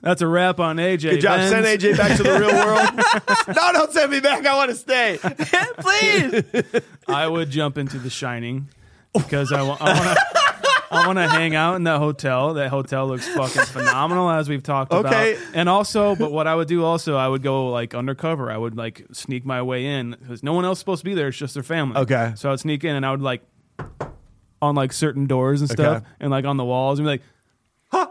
That's a wrap on AJ.
Good job.
Benz.
Send AJ back to
[laughs]
the real world. no, don't send me back. I want to
[laughs]
stay.
Please.
I would jump into The Shining because I want. I want to I want to hang out in that hotel. That hotel looks fucking phenomenal, as we've talked
Okay.
about. And also, but what I would do also, I would go like undercover. I would like sneak my way in because no one else is supposed to be there. It's just their family.
Okay.
So I would sneak in and I would like on like certain doors and stuff,
Okay.
and like on the walls and be like, "Huh."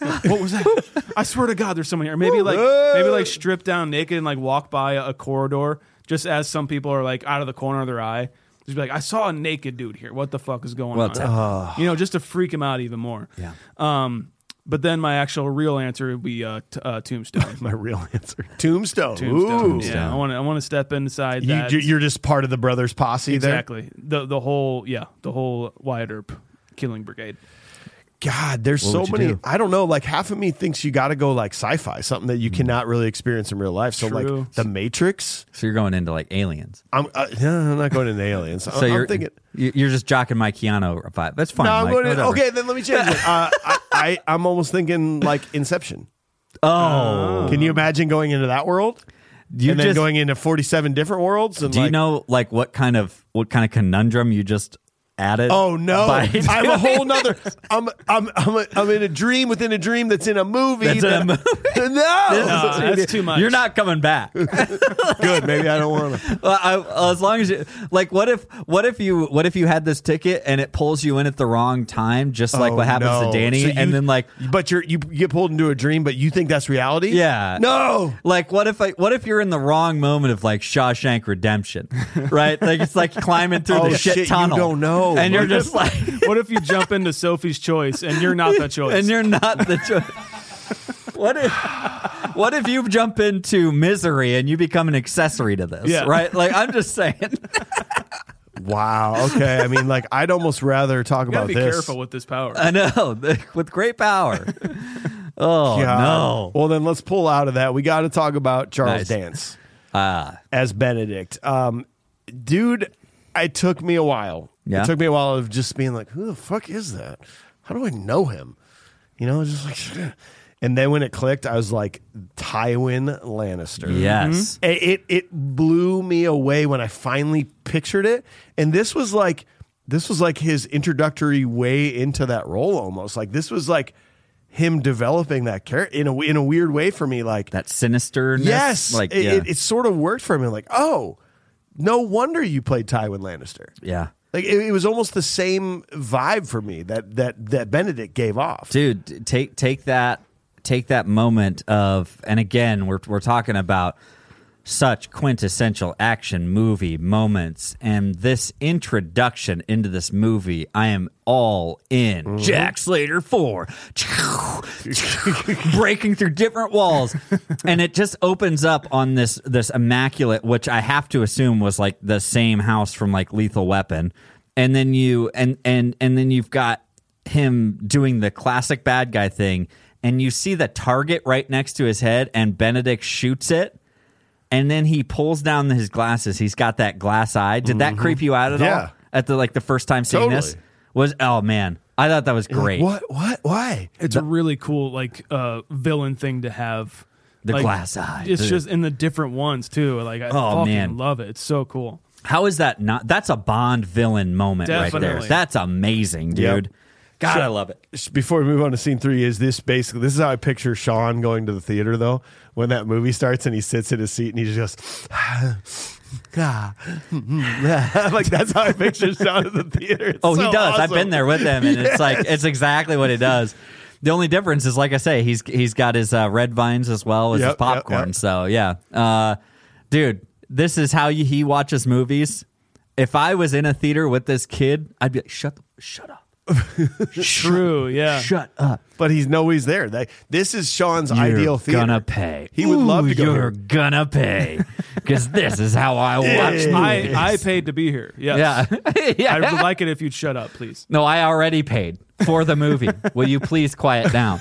What was that? [laughs] I swear to God, there's someone here. Maybe like maybe like strip down naked and like walk by a, a corridor, just as some people are like out of the corner of their eye. Just be like, I saw a naked dude here. What the fuck is going
What's
on?
Ah.
you know, just to freak him out even more.
Yeah.
Um, but then my actual real answer would be uh, t- uh, Tombstone.
My real answer. Tombstone.
Tombstone.
Ooh.
Yeah, I want to. I want to step inside
You,
that.
you- you're just part of the brothers posse
exactly the the whole yeah the whole Wyatt Earp killing brigade.
there. God, there's
What
so
would you
many.
do?
I don't know. Like half of me thinks you got to go like sci-fi, something
Hmm.
that you cannot really experience in real life. So
True.
like the Matrix.
So you're going into like aliens.
I'm uh, [laughs] no, I'm not going to aliens.
So
Uh, I'm
you're
thinking.
you- you're just jocking my Keanu vibe. That's fine.
No, I'm
Mike,
going to,
whatever.
okay. Then let me change it.
[laughs]
Uh, I, I I'm almost thinking like Inception. Uh,
Oh,
Can you imagine going into that world?
you
and then
just-
going into 47 different worlds. And
Do you
like,
know like what kind of what kind of conundrum you just added?
Oh
[laughs]
no! [laughs]
by-
I'm a whole
[laughs]
nother. I'm I'm I'm, a, I'm in a dream within a dream that's in a movie.
That's in a
that- [laughs]
[laughs]
no,
No, that's too much.
You're not
[laughs]
coming back. well,
good. Maybe I don't want to.
I, as long as you like, what if what if you what if you had this ticket and it pulls you in at the wrong time, just like
Oh,
what happens to Danny, and then like.
but you're you get pulled into a dream, but you think that's reality.
Yeah.
No.
Like what if I what if you're in the wrong moment of like Shawshank Redemption, [laughs] right? Like it's like climbing through
[laughs] Oh,
the shit,
shit, you
tunnel.
don't know.
and you're just like,
What if you jump into Sophie's Choice and you're not
[laughs]
the choice?
and you're
[laughs]
not the. Cho- what if what if you jump into misery and you become an accessory to this,
Yeah.
right? Like I'm
[laughs]
just saying.
Wow. Okay. I mean, like, I'd almost rather talk
you gotta
about
be
this.
careful with this power.
I know, with great power. Oh
God.
no!
Well, then let's pull out of that. We got to talk about Charles
Nice. Ah.
Dance as Benedict. Um, dude, it took me a while.
Yeah.
It took me a while of just being like, who the fuck is that? How do I know him? You know, just like. [laughs] And then when it clicked, I was like, Tywin Lannister.
Yes,
It, it it blew me away when I finally pictured it. And this was like this was like his introductory way into that role almost. Like this was like him developing that character in a in a weird way for me like
that sinister.
yes,
like
it,
yeah,
it, it sort of worked for me like, "Oh, no wonder you played Tywin Lannister."
yeah,
Like it, it was almost the same vibe for me that that that Benedict gave off.
dude. Take take that take that moment of, and again, we're we're talking about such quintessential action movie moments, and this introduction into this movie, I am all in. Jack Slater four, breaking through different walls, and it just opens up on this this immaculate, which I have to assume was like the same house from like Lethal Weapon, and then you and and and then you've got him doing the classic bad guy thing. And you see the target right next to his head, and Benedict shoots it and then he pulls down his glasses. He's got that glass eye. Did that creep you out at
Mm-hmm. Yeah.
all? At the like the first time seeing this
Totally.
was oh man, I thought that was great.
What what why?
It's a really cool like uh, villain thing to have.
The
Like,
glass eye.
It's
Ugh.
just in the different ones too. Like I
Oh,
fucking
man.
love it. It's so cool.
How is that not? That's a Bond villain moment right there.
Definitely.
That's amazing,
Yep.
dude. God, I love it.
sh- before we move on to scene three, is this basically this is how I picture Sean going to the theater though when that movie starts and he sits in his seat and he just goes. [sighs] [laughs] like that's how I picture Sean at the theater. It's
Oh,
so
he does. I've
awesome.
been there with him,
[laughs]
and it's like it's exactly what he does. The only difference is, like I say, he's he's got his uh, red vines as well as
Yep,
his
yep,
popcorn.
yep.
So yeah, uh, dude, this is how you, he watches movies. If I was in a theater with this kid, I'd be like, shut, the, shut up,
True. Yeah.
shut up.
but he's no, he's there. Like, this is Sean's
You're
ideal theater.
gonna pay.
He would
Ooh,
love to go
You're
here.
gonna pay because this is
[laughs]
how I watch movies.
I, I paid to be here. Yes.
yeah, [laughs] yeah.
I would like it if you'd shut up, please.
No, I already paid for
[laughs]
the movie. Will you please quiet down,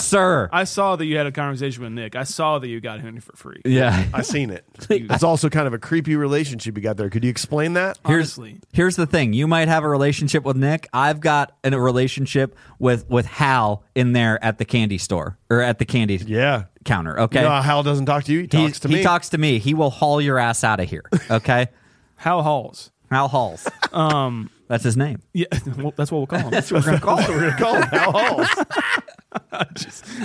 sir?
I saw that you had a conversation with Nick. I saw that you got Henry for free.
yeah.
I've seen
[laughs]
it. It's also kind of a creepy relationship you got there. Could you explain that?
Here's,
Honestly.
here's the thing. You might have a relationship with Nick. I've got an- a relationship with with Hal in there at the candy store or at the candy
Yeah.
counter. Okay.
You know how Hal doesn't talk to you. He talks
he,
to
he
me.
talks to me. He will haul your ass out of here. Okay.
How Halls.
Hal hauls. Um, that's his name.
Yeah, [laughs] well, that's what we'll call him.
[laughs]
[laughs]
We're gonna call him Hal Halls.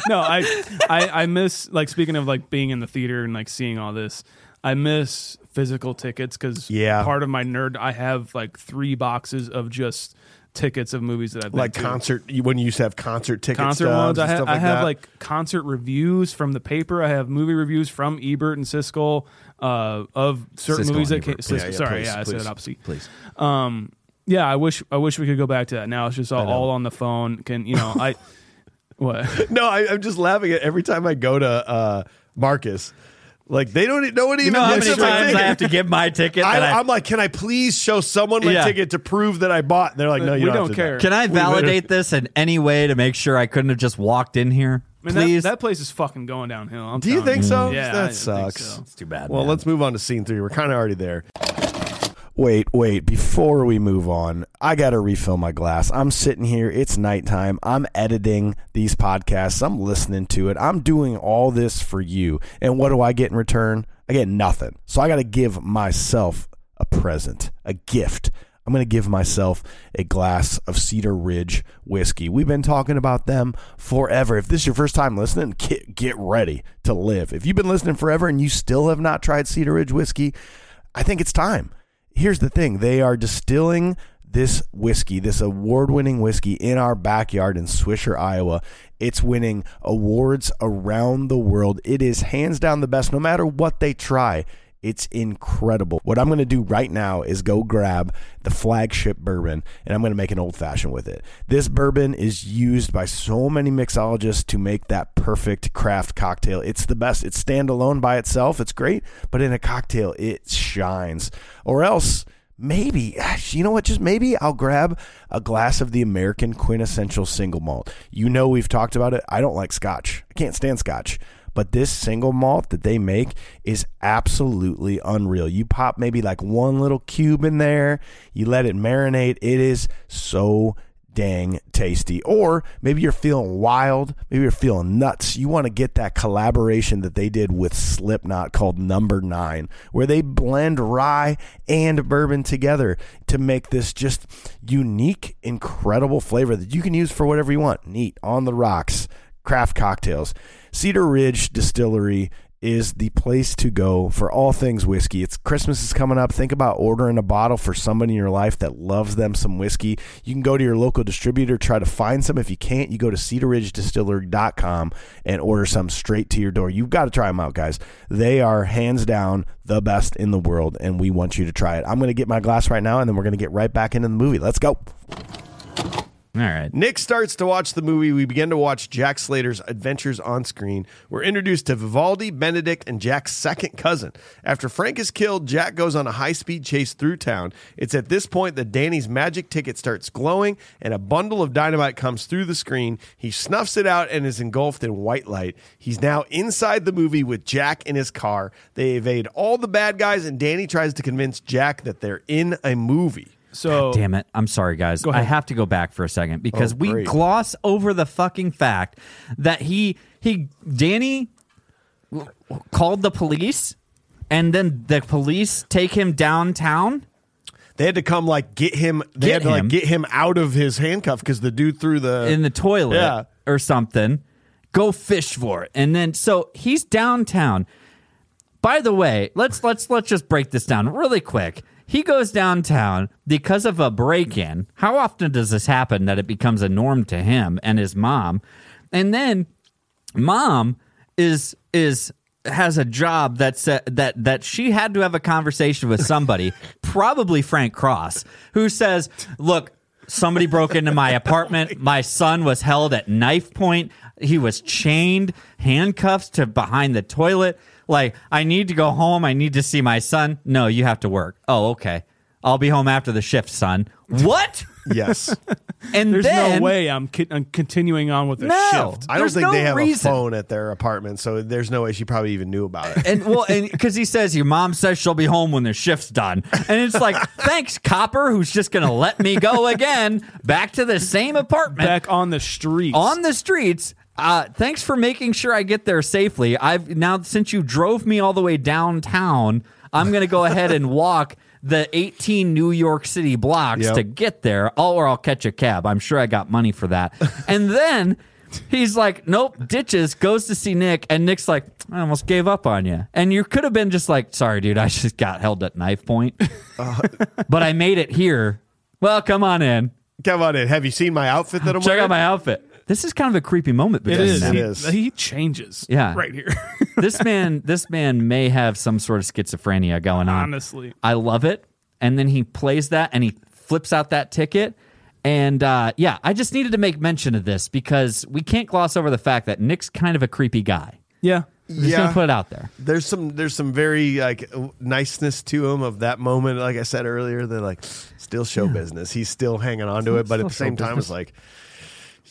no, I, I I miss like speaking of like being in the theater and like seeing all this. I miss physical tickets because
Yeah.
part of my nerd. I have like three boxes of just tickets of movies that I've been
like
to.
concert you- when you used to have concert ticket
concert
stubs
ones. I,
and
ha-
stuff
I
like
have
that.
like concert reviews from the paper. I have movie reviews from Ebert and Siskel uh, of certain
Siskel
movies that
and
came.
Ebert,
Siskel,
yeah, yeah,
sorry,
please,
yeah, I said
please,
it opposite.
please.
Um, yeah, I wish I wish we could go back to that. Now it's just all, all on the phone. Can
[laughs]
you know I. What?
no I, i'm just laughing at every time i go to uh marcus like they don't e- no one even
You know how
looks
many
at my
times I
ticket.
have to give my ticket?
I,
that I-
am like can i please show someone my
Yeah.
ticket to prove that i bought and they're like no you
we
don't, have
don't
to do
care.
that.
can I
We better-
validate this in any way to make sure I couldn't have just walked in here?
Man,
please.
that, that place is fucking going downhill. I'm
do you
telling
think so
Yeah, I
that
think
sucks
so.
it's too bad.
well
man.
let's move on to scene three we're kind of already there
Wait, wait, before we move on, I got to refill my glass. I'm sitting here, it's nighttime. I'm editing these podcasts, I'm listening to it. I'm doing all this for you. And what do I get in return? I get nothing. So I got to give myself a present, a gift. I'm going to give myself a glass of Cedar Ridge whiskey. We've been talking about them forever. If this is your first time listening, get, get ready to live. If you've been listening forever and you still have not tried Cedar Ridge whiskey, I think it's time. Here's the thing they are distilling this whiskey, this award winning whiskey, in our backyard in Swisher, Iowa. It's winning awards around the world. It is hands down the best, no matter what they try. It's incredible. What I'm going to do right now is go grab the flagship bourbon and I'm going to make an old fashioned with it. This bourbon is used by so many mixologists to make that perfect craft cocktail. It's the best. It's standalone by itself, it's great, but in a cocktail, it shines. Or else, maybe [sighs] gosh, you know what just maybe i'll grab a glass of the american quintessential single malt you know we've talked about it i don't like scotch i can't stand scotch but this single malt that they make is absolutely unreal you pop maybe like one little cube in there you let it marinate it is so dang tasty. Or maybe you're feeling wild, maybe you're feeling nuts. You want to get that collaboration that they did with Slipknot called Number Nine, where they blend rye and bourbon together to make this just unique, incredible flavor that you can use for whatever you want. Neat, on the rocks, craft cocktails. Cedar Ridge Distillery is the place to go for all things whiskey. It's Christmas is coming up. Think about ordering a bottle for somebody in your life that loves them some whiskey. You can go to your local distributor, try to find some. If you can't, you go to cedarridgedistillery.com and order some straight to your door. You've got to try them out, guys. They are hands down the best in the world, and we want you to try it. I'm going to get my glass right now, and then we're going to get right back into the movie. Let's go.
All right.
Nick starts to watch the movie. We begin to watch Jack Slater's adventures on screen. We're introduced to Vivaldi, Benedict, and Jack's second cousin. After Frank is killed, Jack goes on a high speed chase through town. It's at this point that Danny's magic ticket starts glowing, and a bundle of dynamite comes through the screen. He snuffs it out and is engulfed in white light. He's now inside the movie with Jack in his car. They evade all the bad guys, and Danny tries to convince Jack that they're in a movie.
So
Damn it. I'm sorry, guys. I have to go back for a second because we
Oh, great.
gloss over the fucking fact that he, he, Danny called the police and then the police take him downtown
They had to come like get him. They
Get
had to like
him.
get him out of his handcuff because the dude threw the
in the toilet
Yeah.
or something. Go fish for it. And then so he's downtown. By the way, let's let's let's just break this down really quick. He goes downtown because of a break-in. How often does this happen that it becomes a norm to him and his mom? And then mom is is has a job that's uh, that that she had to have a conversation with somebody, [laughs] probably Frank Cross, who says, "Look, somebody broke into my
[laughs]
apartment. My son was held at knife point. He was chained, handcuffed to behind the toilet. Like, I need to go home. I need to see my son. No, you have to work. Oh, okay. I'll be home after the shift, son. What?
[laughs] yes.
And
There's
then,
no way I'm, ki- I'm continuing on with this
No.
shift.
I don't
There's
think
no
they have
reason.
a phone at their apartment, so there's no way she probably even knew about it. [laughs]
and well,
[laughs]
and because he says your mom says she'll be home when the shift's done, and it's
[laughs]
like, thanks, copper, who's just gonna let me go again back to the same apartment
Back on the streets.
on the streets. Uh, thanks for making sure I get there safely. I've now since you drove me all the way downtown, I'm gonna go ahead and walk the 18 New York City blocks
Yep.
to get there. Oh, or I'll catch a cab. I'm sure I got money for that. and then he's like, "Nope," ditches, goes to see Nick, and Nick's like, "I almost gave up on you." And you could have been just like, "Sorry, dude, I just got held at knife point, but I made it here." Well, come on in.
Come on in. Have you seen my outfit that I'm
Check
wearing?
out my outfit. This is kind of a creepy moment.
it
between
is.
them.
It is.
He, he changes.
Yeah.
Right here. [laughs]
this man this man may have some sort of schizophrenia going on
Honestly.
i love it and then he plays that and he flips out that ticket and uh, yeah i just needed to make mention of this because we can't gloss over the fact that nick's kind of a creepy guy
Yeah.
I'm just
Yeah.
gonna put it out there
there's some there's some very like niceness to him of that moment. Like I said earlier, they're like still show business. He's still hanging on to it, but at the same time, it's like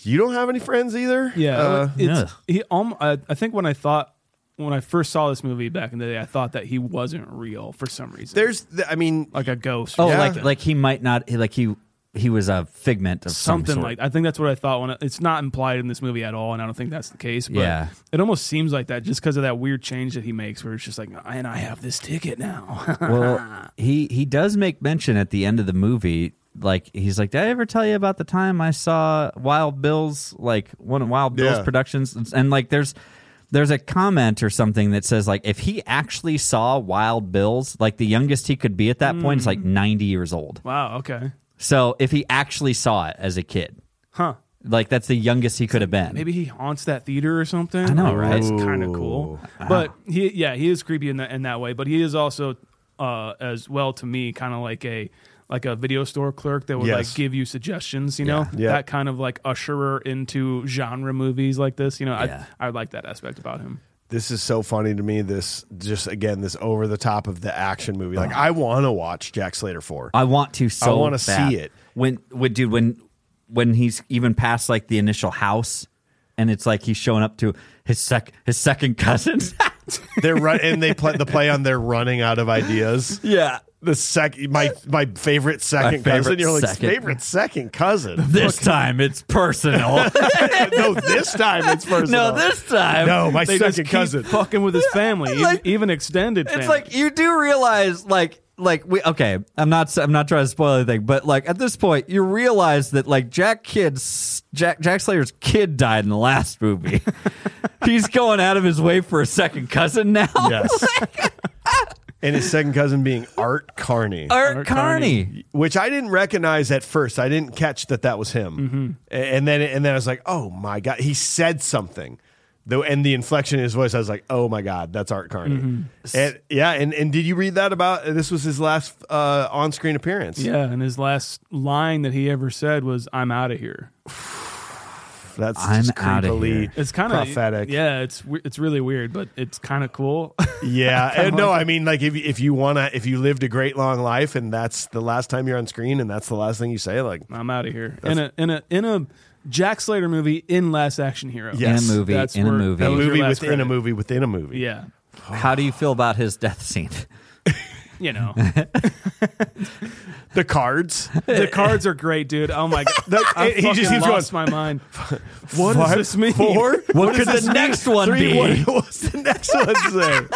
you don't have any friends either.
Yeah,
Uh,
it's,
Ugh.
he. Um, I, I think when I thought when I first saw this movie back in the day, I thought that he wasn't real for some reason.
there's th- I mean
like a ghost.
oh
or
like
something.
like he might not like he he was a figment of some
something
sort.
like. I think that's what I thought when I, it's not implied in this movie at all, and I don't think that's the case. But
Yeah.
it almost seems like that just because of that weird change that he makes, where it's just like, and I have this ticket now. [laughs]
well, he he does make mention at the end of the movie, like he's like, "Did I ever tell you about the time I saw Wild Bill's like one of Wild Bill's
Yeah.
productions?" And, and, like, there's there's a comment or something that says like, if he actually saw Wild Bill's, like the youngest he could be at that point is like 90 years old.
wow. Okay.
So if he actually saw it as a kid,
Huh.
like that's the youngest he could have been.
Maybe he haunts that theater or something.
I know, right?
It's kind of cool. But he, yeah, he is creepy in that in that way. But he is also, uh, as well to me, kind of like a like a video store clerk that would
Yes.
like give you suggestions. You know,
Yeah.
that kind of like usherer into genre movies like this. You know,
Yeah.
I I like that aspect about him.
this is so funny to me. This just again this over the top of the action movie. Like I want to watch Jack Slater four.
I want to so
I wanna
bad.
see it.
When when dude when when he's even past like the initial house and it's like he's showing up to his sec his second cousin.
[laughs]
[laughs]
They're run and they play the play on they're running out of ideas.
[laughs] yeah.
The second, my my favorite second cousin.
favorite
You're like
second.
favorite second cousin.
[laughs] This
[laughs]
time it's personal. [laughs]
no, this time it's first.
no, this time.
No, my
They just
second
keep
cousin. [laughs]
fucking with his family, even-
Like-
even, extended.
It's
family.
like you do realize like like we okay, I'm not I'm not trying to spoil anything, but like at this point you realize that like Jack Kid's Jack Jack Slater's kid died in the
[laughs]
last movie. He's going out of his way for a second cousin now. [laughs]
Yes. and his second cousin being Art Carney,
Art,
Art Carney.
Carney.
which I didn't recognize at first. I didn't catch that that was him.
Mm-hmm.
A- And then and then I was like, oh my god, he said something. Though, and the inflection in his voice, I was like, "Oh my God, that's Art Carney."
Mm-hmm.
And, yeah, and, and did you read that about this was his last uh, on-screen appearance?
yeah, and his last line that he ever said was, "I'm out of here."
that's
I'm
just
outta
creepily
here.
It's kind of
prophetic.
Yeah, it's we- it's really weird, but it's kind of cool. [laughs]
[laughs]
Yeah, and no, I mean, like if if you wanna, if you lived a great long life, and that's the last time you're on screen, and that's the last thing you say, like
I'm out of here. In a in a in a Jack Slater movie in Last Action Hero.
Yeah. Yes.
in a movie,
That's
in a
where-
movie.
a
that was your
movie
last
within a
credit.
movie within a movie.
Yeah.
How do you feel about his death scene?
You know.
the cards. [laughs]
the cards are great, dude. Oh my god. I
he just keeps
fucking
going.
lost my
[laughs]
mind. What does this mean?
Four.
What could the next one
Three,
be?
What, what's the next one say?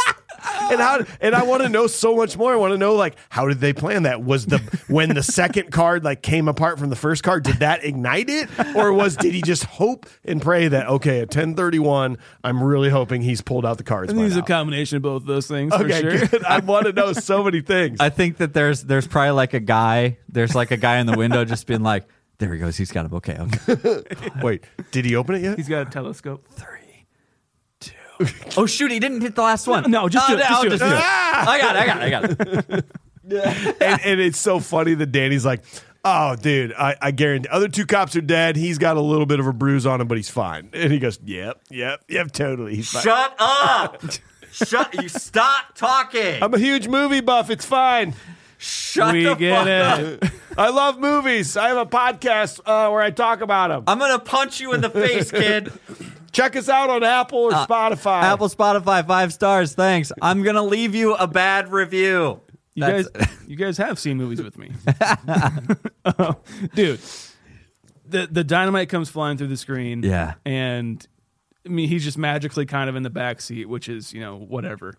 and how and I want to know so much more. I want to know like how did they plan that? Was the when the second card like came apart from the first card, did that ignite it? Or was did he just hope and pray that okay, at 1031, I'm really hoping he's pulled out the cards.
I think
by
it's a
now.
combination of both of those things
okay,
for sure.
good. I want to know so many things.
[laughs] I think that there's there's probably like a guy there's like a guy in the window just being like, there he goes, he's got a bouquet. Okay,
Wait, did he open it yet?
He's got
[laughs]
a telescope.
three, two. Oh shoot, he didn't hit the last one.
No, just
Oh,
do it, just
I'll
do it.
I got it. I got it. I got it.
and, and it's so funny that Danny's like, "Oh, dude, I, I guarantee other two cops are dead. He's got a little bit of a bruise on him, but he's fine." And he goes, "Yep, yep, yep, totally. He's fine.
Shut up! Shut you stop talking.
I'm a huge movie buff. It's fine.
Shut
we
the
get
fuck
it.
up.
I love movies. I have a podcast uh, where I talk about them.
I'm gonna punch you in the face, kid.
Check us out on Apple or Spotify.
uh, Apple Spotify, five stars, thanks. I'm gonna leave you a bad review.
You
That's-
guys, you guys have seen movies
[laughs]
with me, [laughs] dude. The the dynamite comes flying through the screen.
Yeah.
and I mean he's just magically kind of in the back seat, which is you know whatever.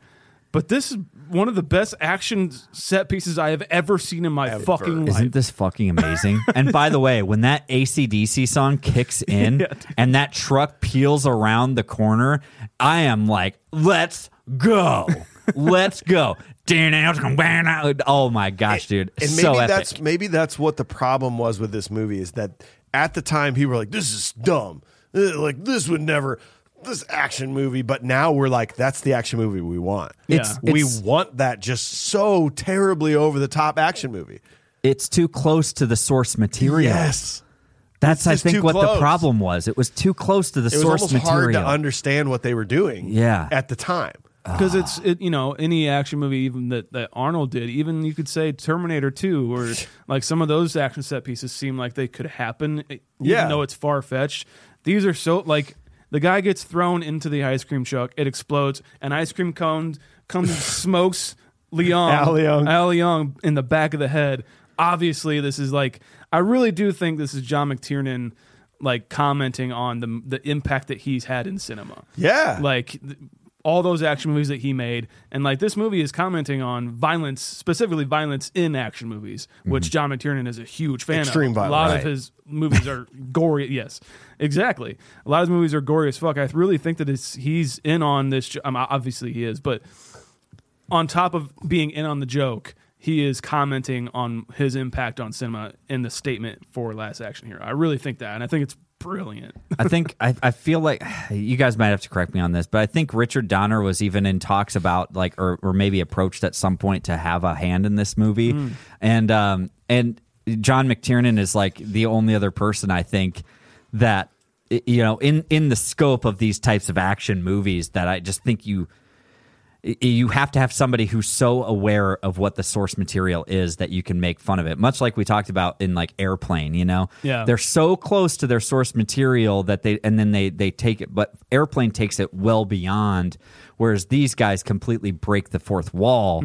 But this is one of the best action set pieces I have ever seen in my fucking life.
Isn't this
[laughs]
fucking amazing? and by the way, when that ACDC song kicks in and that truck peels around the corner, I am like, let's go. let's go. [laughs] Oh my gosh, dude.
and maybe
so epic.
that's maybe that's what the problem was with this movie is that at the time people were like, "This is dumb. Ugh, Like this would never." This action movie, but now we're like, that's the action movie we want.
It's-
we
it's-
want that just so terribly over the top action movie.
it's too close to the source material.
Yes,
That's I
just too
think what
close.
the problem was. It was too close to the
it was
source
almost hard
material.
to understand what they were doing.
Yeah.
at the time,
because it's it, you know any action movie even that, that arnold did even you could say terminator 2 or like some of those action set pieces seem like they could happen eh,
Yeah.
even though it's far-fetched these are so like the guy gets thrown into the ice cream truck it explodes an ice cream cone
[laughs]
comes and smokes leon
Al Leong.
al Leong in the back of the head obviously this is like i really do think this is john mctiernan like commenting on the the impact that he's had in cinema
yeah,
like th- all those action movies that he made and like this movie is commenting on violence specifically violence in action movies which john mctiernan is a huge fan
Mm-hmm. Extreme
of
violence.
a lot of
Right.
his
[laughs]
movies are gory yes exactly a lot of his movies are gory as fuck i really think that it's, he's in on this jo- um, obviously he is but on top of being in on the joke he is commenting on his impact on cinema in the statement for last action hero i really think that and i think it's brilliant
I think I, I feel like [sighs] you guys might have to correct me on this, but I think Richard Donner was even in talks about like or or maybe approached at some point to have a hand in this movie, and um and John McTiernan is like the only other person I think that i- you know in in the scope of these types of action movies that I just think you y- you have to have somebody who's so aware of what the source material is that you can make fun of it much like we talked about in like airplane you know
Yeah.
they're so close to their source material that they and then they they take it but airplane takes it well beyond whereas these guys completely break the fourth wall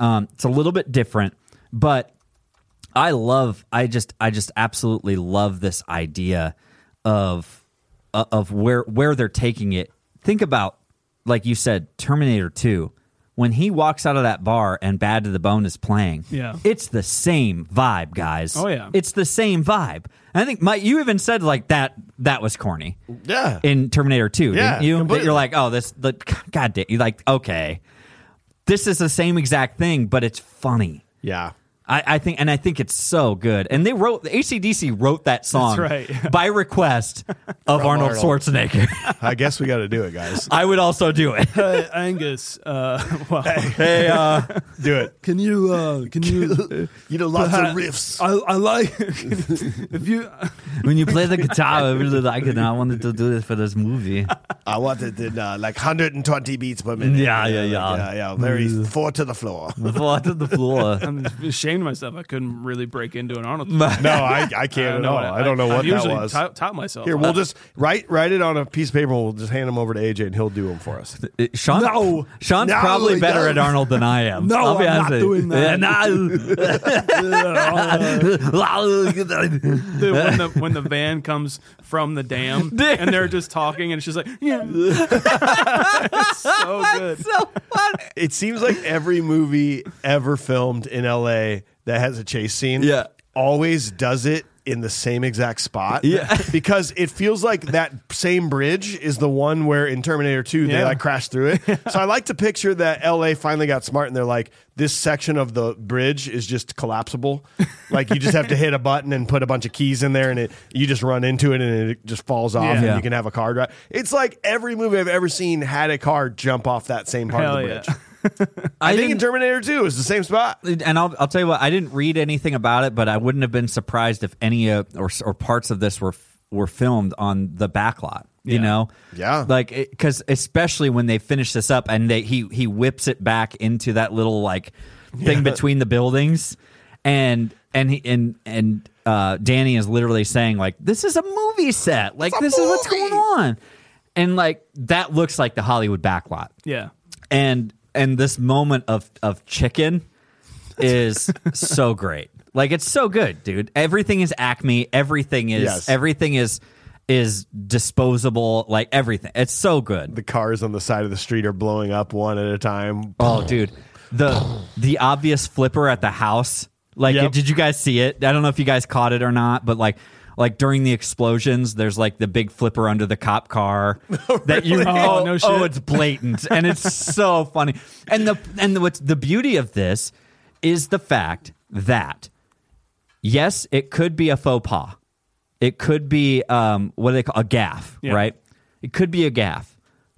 um, it's a little bit different but I love I just I just absolutely love this idea of uh, of where where they're taking it. Think about like you said Terminator 2 when he walks out of that bar and Bad to the Bone is playing.
Yeah.
It's the same vibe, guys.
Oh, yeah.
It's the same vibe. And I think Mike you even said like that that was corny
yeah.
in Terminator 2,
Yeah,
didn't you? But
completely.
you're like, "Oh, this the [laughs] god damn, you're like, okay. This is the same exact thing, but it's funny."
yeah.
I, I think, and I think it's so good. And they wrote the ACDC wrote that song
That's right. [laughs]
by request of Arnold,
Arnold.
Schwarzenegger. [laughs]
I guess we got to do it, guys.
I would also do it.
uh, angus uh, [laughs]
[laughs]
wow
Hey, uh,
[laughs] Do
[laughs]
it.
Can you? Uh, can you?
You know, lots
Perhaps-
of riffs.
I, I like. [laughs] if you,
when you play the guitar, I really like it. And I wanted to do this for this movie. [laughs]
I want it in uh, like 120 beats per minute.
Yeah, yeah,
Yeah, Mm.
yeah.
yeah. Very four to the floor.
Fall to the floor.
[laughs] I'm ashamed ashamed of myself. I couldn't really break into an Arnold.
[laughs] No, I, I can't at all. I, don't know
I-
what
I
that
usually
was.
Top, top myself.
Here, we'll just write write it on a piece of paper. and We'll just hand them over to AJ, and he'll do them for us.
Uh, Sean,
No.
Sean's
No,
probably
no.
better at Arnold than I am.
No,
I'll be
I'm
honest
not
with
doing that.
[laughs] you.
[laughs]
[laughs]
Dude, when the when the van comes from the [laughs] dam and they're just talking and she's like, [laughs] it's so good.
It seems like every movie ever filmed in LA that has a chase scene,
Yeah.
always does it in the same exact spot.
Yeah.
[laughs] because it feels like that same bridge is the one where in Terminator Two they
Yeah.
like crash through it.
[laughs]
so I like to picture that LA finally got smart and they're like, this section of the bridge is just collapsible. Like you just have to hit a button and put a bunch of keys in there, and it you just run into it and it just falls off,
Yeah.
and
Yeah.
you can have a car drive. It's like every movie I've ever seen had a car jump off that same part
Hell
of the
yeah.
bridge.
I
I think in
didn't,
Terminator 2 is the same spot.
and I'll, I'll tell you what, I didn't read anything about it, but I wouldn't have been surprised if any uh, or or parts of this were were filmed on the back lot. You
Yeah.
know,
Yeah.
like because especially when they finish this up and they he he whips it back into that little like thing between the buildings, and and he and and uh, Danny is literally saying like this is a movie set, like this is what's going on, and like that looks like the Hollywood back lot
Yeah.
and and this moment of of chicken is so great like it's so good dude everything is acme everything is
Yes.
everything is is disposable like everything it's so good
The cars on the side of the street are blowing up one at a time.
oh dude the the obvious flipper at the house like
Yep.
did you guys see it i don't know if you guys caught it or not but like like during the explosions, there's like the big flipper under the cop car that you
[laughs] Oh, no shit.
oh it's blatant and it's
[laughs]
so funny and the and the, what's the beauty of this is the fact that yes it could be a faux pas it could be um what do they call a gaff
Yeah.
right it could be a gaff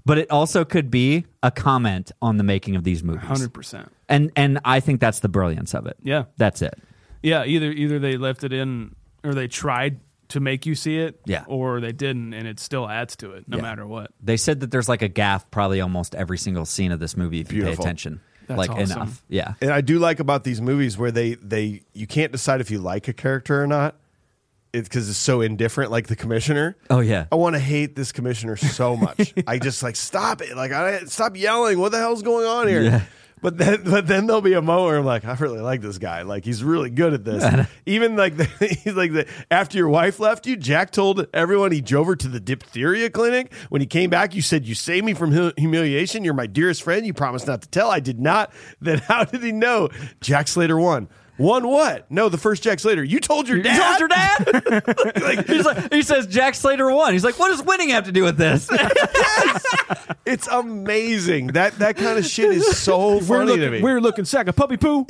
but it also could be a comment on the making of these movies
100%.
and and i think that's the brilliance of it
Yeah.
that's it
Yeah, either either they left it in or they tried to make you see it,
Yeah.
or they didn't, and it still adds to it no
Yeah.
matter what.
they said that there's like a gaff probably almost every single scene of this movie if you pay
Beautiful.
attention
That's
like
awesome.
enough yeah
And I do like about these movies where they they you can't decide if you like a character or not. It's because it's so indifferent, like the commissioner.
Oh, yeah.
I want to hate this commissioner so
[laughs]
much. I just like stop it, like I stop yelling. What the hell's going on here?
Yeah.
But then, but then there'll be a moment where I'm like, I really like this guy. Like he's really good at
[laughs]
this. Even like the, [laughs] he's like the after your wife left you, Jack told everyone he drove her to the diphtheria clinic. When he came back, you said you saved me from hu- humiliation. You're my dearest friend. You promised not to tell. I did not. [laughs] Then how did he know? Jack Slater won. Won what? No, the first Jack Slater. You told your
You
dad.
told your
[laughs]
dad? he's like, he says Jack Slater won. He's like, what does winning have to do with this?
It's amazing. That that kind of shit is so funny
looking,
to me.
[laughs] we're looking sack of puppy poo.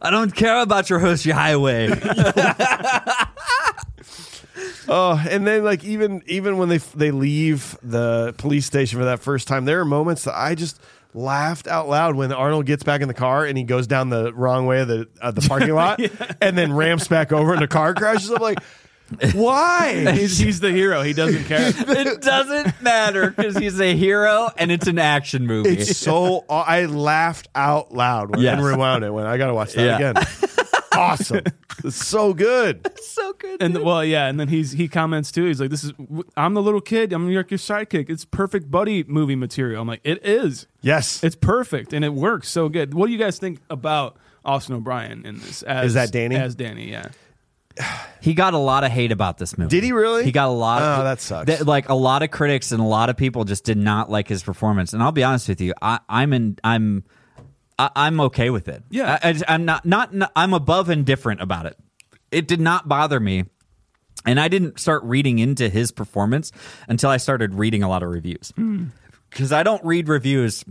I don't care about your host, your highway.
Oh, and then like even even when they they leave the police station for that first time, there are moments that I just laughed out loud when Arnold gets back in the car and he goes down the wrong way of the of the
[laughs]
parking lot and then ramps back over and a car crashes. I'm like, why?
[laughs] [laughs] he's, he's the hero. He doesn't care.
[laughs] it doesn't matter because he's a hero and it's an action movie.
It's so I laughed out loud when,
Yes.
and rewound it when I got to watch that
Yeah.
[laughs]
again. awesome, it's so good.
so good.
And the, well, yeah, and then he's he comments too. He's like, "This is I'm the little kid. I'm your, your sidekick. It's perfect buddy movie material." I'm like, "It is.
Yes,
It's perfect, and it works so good." What do you guys think about Austin O'Brien in this? As,
Is that Danny?
As Danny, yeah.
He got a lot of hate about this movie.
Did he really?
He got a lot. Of,
Oh, that sucks.
like a lot of critics and a lot of people just did not like his performance. And I'll be honest with you, I, I'm in. I'm. I, I'm okay with it.
Yeah.
I, I, am not, not. Not. I'm above indifferent about it. It did not bother me, and I didn't start reading into his performance until I started reading a lot of reviews
Hmm.
because I don't read reviews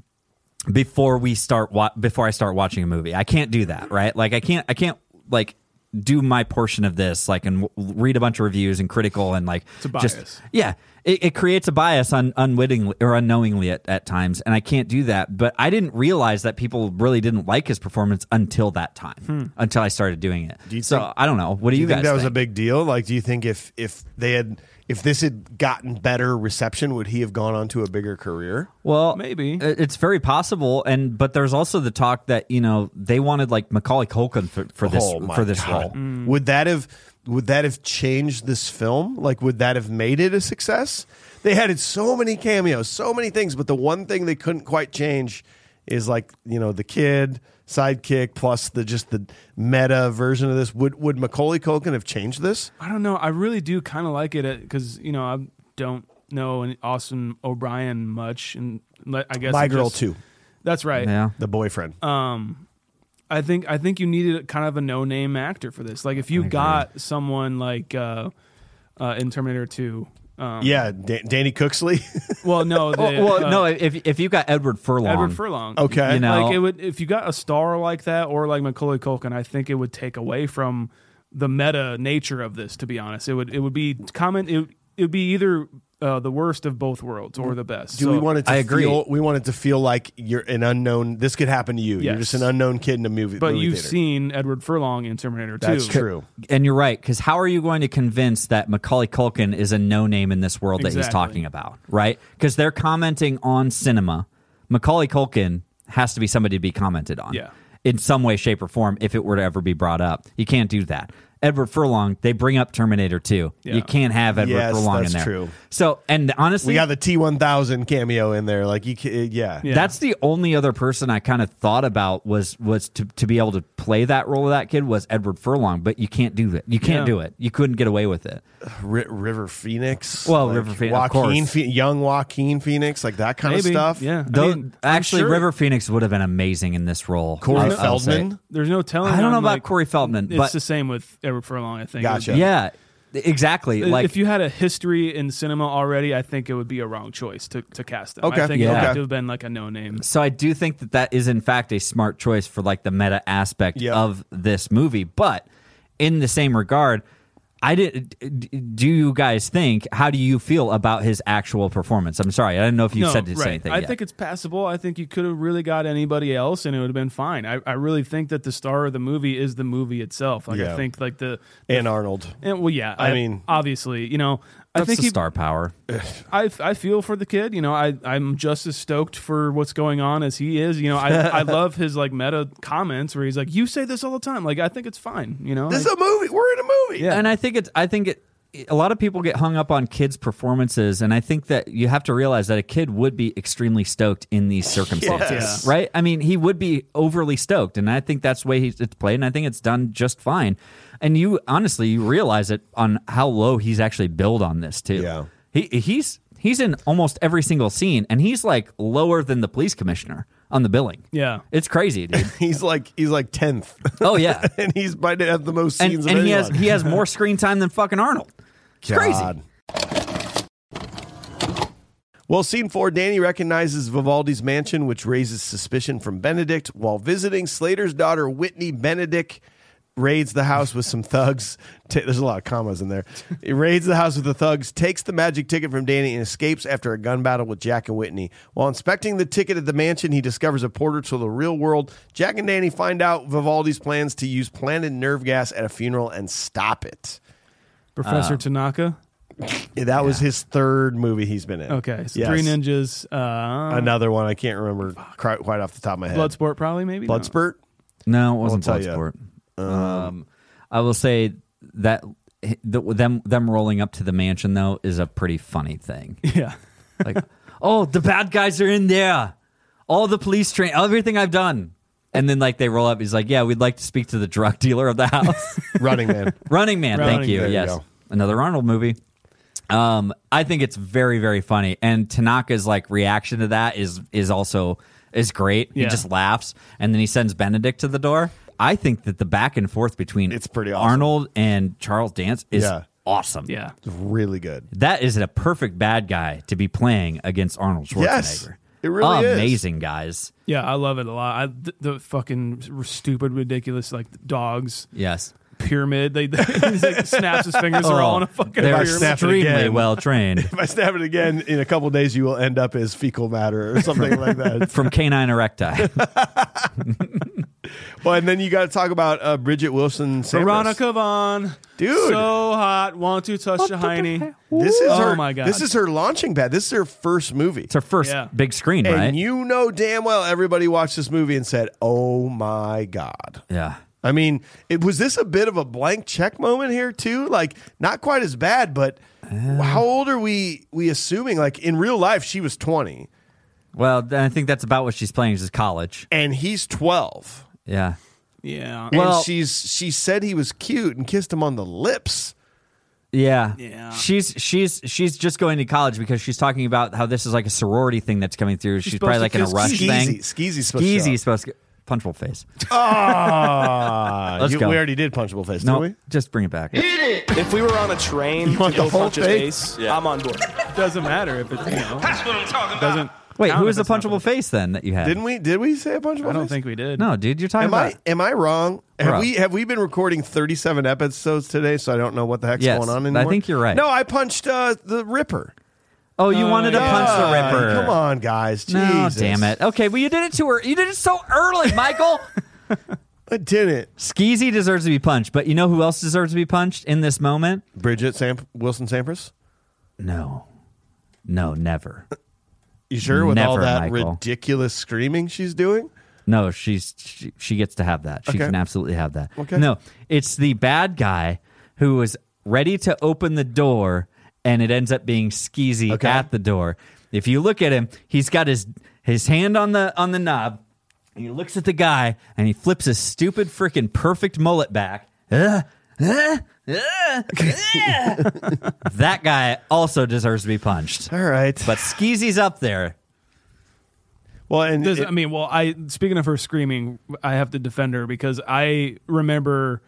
before we start wa- before I start watching a movie. I can't do that, right? Like I can't I can't like do my portion of this like and w- read a bunch of reviews and critical and like
a
just
bias.
yeah, it, it creates a bias un, unwittingly or unknowingly at, at times, and I can't do that. But I didn't realize that people really didn't like his performance until that time,
Hmm.
until I started doing it.
you
so
think-
I don't know. What do,
Do you
you,
think
guys
that was a big deal? Like, do you think if if they had if this had gotten better reception, would he have gone on to a bigger career?
Well,
Maybe.
i- it's very possible, and but there's also the talk that you know they wanted like Macaulay Culkin for, for this
Oh, my
for this
God.
role.
Mm.
Would that have would that have changed this film? Like would that have made it a success? They added so many cameos, so many things, but the one thing they couldn't quite change is like, you know, the kid, sidekick, plus the just the meta version of this. Would would Macaulay Culkin have changed this?
I don't know. I really do kind of like it because you know I don't know an Austin O'Brien much, and le- I guess
My
it
girl
just- Uh-huh.
too,
That's right.
Yeah,
the boyfriend.
Um, I think I think you needed kind of a no name actor for this. Like if you got someone like uh, uh, in Terminator Two. Um,
yeah, Oh, Da- Danny Cooksley. [laughs]
Well, no. The,
Well, well,
uh,
no. If if you got Edward Furlong,
Edward Furlong.
okay.
You know,
Like it would if you got a star like that or like Macaulay Culkin, I think it would take away from the meta nature of this. To be honest, it would it would be common. It it would be either uh, the worst of both worlds or the best.
Mm. Do
So-
we want it to
I agree.
feel we want it to feel like you're an unknown this could happen to you. You're
Yes.
just an unknown kid in a movie.
But
movie
you've
theater.
seen Edward Furlong in Terminator Two.
that's true.
and you're right because how are you going to convince that Macaulay Culkin is a no name in this world that he's
Exactly.
talking about, right? Because they're commenting on cinema. Macaulay Culkin has to be somebody to be commented on,
Yeah.
in some way, shape, or form. If it were to ever be brought up, you can't do that. Edward Furlong, they bring up Terminator Two.
Yeah.
You can't have Edward
Yes,
Furlong
that's
in there.
true.
So, and
We
honestly,
got the T1000 cameo in there. Like you, ca- uh, yeah.
Yeah.
That's the only other person I kind of thought about was was to, to be able to play that role of that kid was Edward Furlong, but you can't do that. You can't
Yeah.
do it. You couldn't get away with it.
Ri River Phoenix.
Well, River Phoenix, of
Joaquin,
course.
Phe- young Joaquin Phoenix, like that kind
Maybe.
of stuff.
Yeah. I
Though,
mean, I'm
actually,
sure-
River Phoenix would have been amazing in this role.
Corey
I'll- I'll say.
Feldman.
There's no telling.
I don't know
on,
about
like-
Corey Feldman,
It's
but
the same with Edward Furlong. I think. It would
Gotcha.
be-
yeah, exactly. Like
if you had a history in cinema already, I think it would be a wrong choice to, to cast him.
Okay.
I think
Yeah.
it would have
Okay.
to have been like a no name.
so I do think that that is in fact a smart choice for like the meta aspect
Yeah.
of this movie. But in the same regard, I did. Do you guys think? How do you feel about his actual performance? I'm sorry, I don't know if you said to say anything.
I
yet.
think it's passable. I think you could have really got anybody else, and it would have been fine. I, I really think that the star of the movie is the movie itself. Like
Yeah.
I think like the
And Arnold.
and, well, yeah.
I mean-
obviously, you know,
uh,
I
that's
think
the
he,
star power.
I I feel for the kid. You know, I I'm just as stoked for what's going on as he is. You know,
[laughs]
I I love his like meta comments where he's like, "You say this all the time." Like I think it's fine. You know,
This
Like,
is a movie. We're in a movie.
And I think it's. I think it. A lot of people get hung up on kids' performances, and I think that you have to realize that a kid would be extremely stoked in these circumstances,
Yes.
right? I mean, he would be overly stoked, and I think that's the way he's it's played, and I think it's done just fine. And you honestly, you realize it on how low he's actually billed on this too.
Yeah.
he he's he's in almost every single scene, and he's like lower than the police commissioner on the billing.
Yeah.
it's crazy, dude.
[laughs] He's like he's like tenth, [laughs]
oh yeah,
and he's by to have the most
and,
scenes.
and
of
he has
anyone.
he has more screen time than fucking Arnold. It's crazy.
God. Well, scene four, Danny recognizes Vivaldi's mansion, which raises suspicion from Benedict. While visiting, Slater's daughter, Whitney Benedict, raids the house with some thugs. Ta- There's a lot of commas in there. He raids the house with the thugs, takes the magic ticket from Danny, and escapes after a gun battle with Jack and Whitney. While inspecting the ticket at the mansion, he discovers a portal to the real world. Jack and Danny find out Vivaldi's plans to use planted nerve gas at a funeral and stop it. Ah.
Professor Tanaka.
Yeah, that was his third movie he's been in.
Okay, so
Yes.
Three Ninjas. Uh,
Another one I can't remember cri- quite off the top of my head.
Bloodsport, probably maybe. No.
Bloodspurt.
No, it wasn't
tell ya.
Bloodsport. Um, I will say that h- the, them them rolling up to the mansion though is a pretty funny [laughs] thing.
[laughs] Yeah.
Like, oh, the bad guys are in there. All the police train, everything I've done, and then like they roll up. He's like, yeah, we'd like to speak to the drug dealer of the [laughs] house.
Running Man. [laughs]
Running Man. thank
Running
you.
Man. There you
yes,
go.
another Arnold movie. Um, I think it's very very funny, and Tanaka's like reaction to that is is also is great. He
Yeah.
just laughs, and then he sends Benedict to the door. I think that the back and forth between
It's pretty awesome.
Arnold and Charles Dance is
Yeah.
awesome.
Yeah.
really good.
that is a perfect bad guy to be playing against Arnold Schwarzenegger.
Yes. It really is.
amazing, guys.
Yeah, I love it a lot. I, th- the fucking r- stupid, ridiculous, like dogs
Yes, Oh,
pyramid. They, [laughs] he like, snaps his
[laughs]
fingers.
Oh,
They're all on a fucking
they're
I
pyramid.
snap it
extremely
again. [laughs]
well trained.
If I stab it again in a couple days, you will end up
[laughs]
as fecal matter or something like that.
From canine erecti.
Well, and then you got to talk about uh, Bridget Wilson. Sampras.
Veronica Vaughn,
Dude.
so hot. Want to touch the hiney?
This is
Oh
her.
my God.
This is her launching pad. This is her first movie.
It's her first
Yeah.
big screen,
and
right?
you know damn well everybody watched this movie and said, "Oh my god."
yeah.
I mean, it was this a bit of a blank check moment here too? Like not quite as bad, but how old are we we assuming like in real life she was 20
Well, then I think that's about what she's playing. Is college.
and he's 12.
Yeah.
Yeah.
Well-
and she's she said he was cute and kissed him on the lips.
Yeah.
Yeah.
She's she's she's just going to college because she's talking about how this is like a sorority thing that's coming through. She's, probably
supposed
like
to
in a
kiss
rush
Skeezy.
thing.
Skeezy's supposed to show
Skeezy
up.
is supposed to punchable face.
Ah,
Uh, Let's
you-
go.
we already did punchable face,
No,
didn't we?
just bring it back.
If we were on a train to
want the
go
whole
punch his
thing?
face, I'm on board.
doesn't matter if it's you know
[laughs] That's what I'm talking about.
doesn't.
Wait,
count
who
if
was the
it's not-
punchable face then that you had?
Didn't we? Did we say a punchable face?
I don't think we did.
No, dude, you're talking
Am
about.
I am I wrong? Have
Bruh.
we have we been recording 37 episodes today? So I don't know what the heck's
Yes,
going on
I
anymore.
think you're right.
No, I punched uh, the Ripper.
Oh, you wanted to
yeah.
punch the
Ah,
ripper.
Come on, guys.
No,
Jesus.
damn it. Okay, well, you did it to her. You did it so early, Michael.
[laughs] I didn't.
Skeezy deserves to be punched, but you know who else deserves to be punched in this moment?
Bridget Samp- Wilson Sampras.
No. No, never.
You sure with all
Never,
that
Michael.
ridiculous screaming she's doing?
No, she's she, she gets to have that. She
Okay.
can absolutely have that.
Okay.
No, it's the bad guy who was ready to open the door and it ends up being skeezy
Okay.
at the door. If you look at him, he's got his his hand on the on the knob. And he looks at the guy and he flips his stupid freaking perfect mullet back. Uh, Ugh, ugh,
[laughs]
ugh, ugh. uh. that guy also deserves to be punched.
All right.
But Skeezy's up there.
well, and
Does,
it-
I mean, well, I speaking of her screaming, I have to defend her because I remember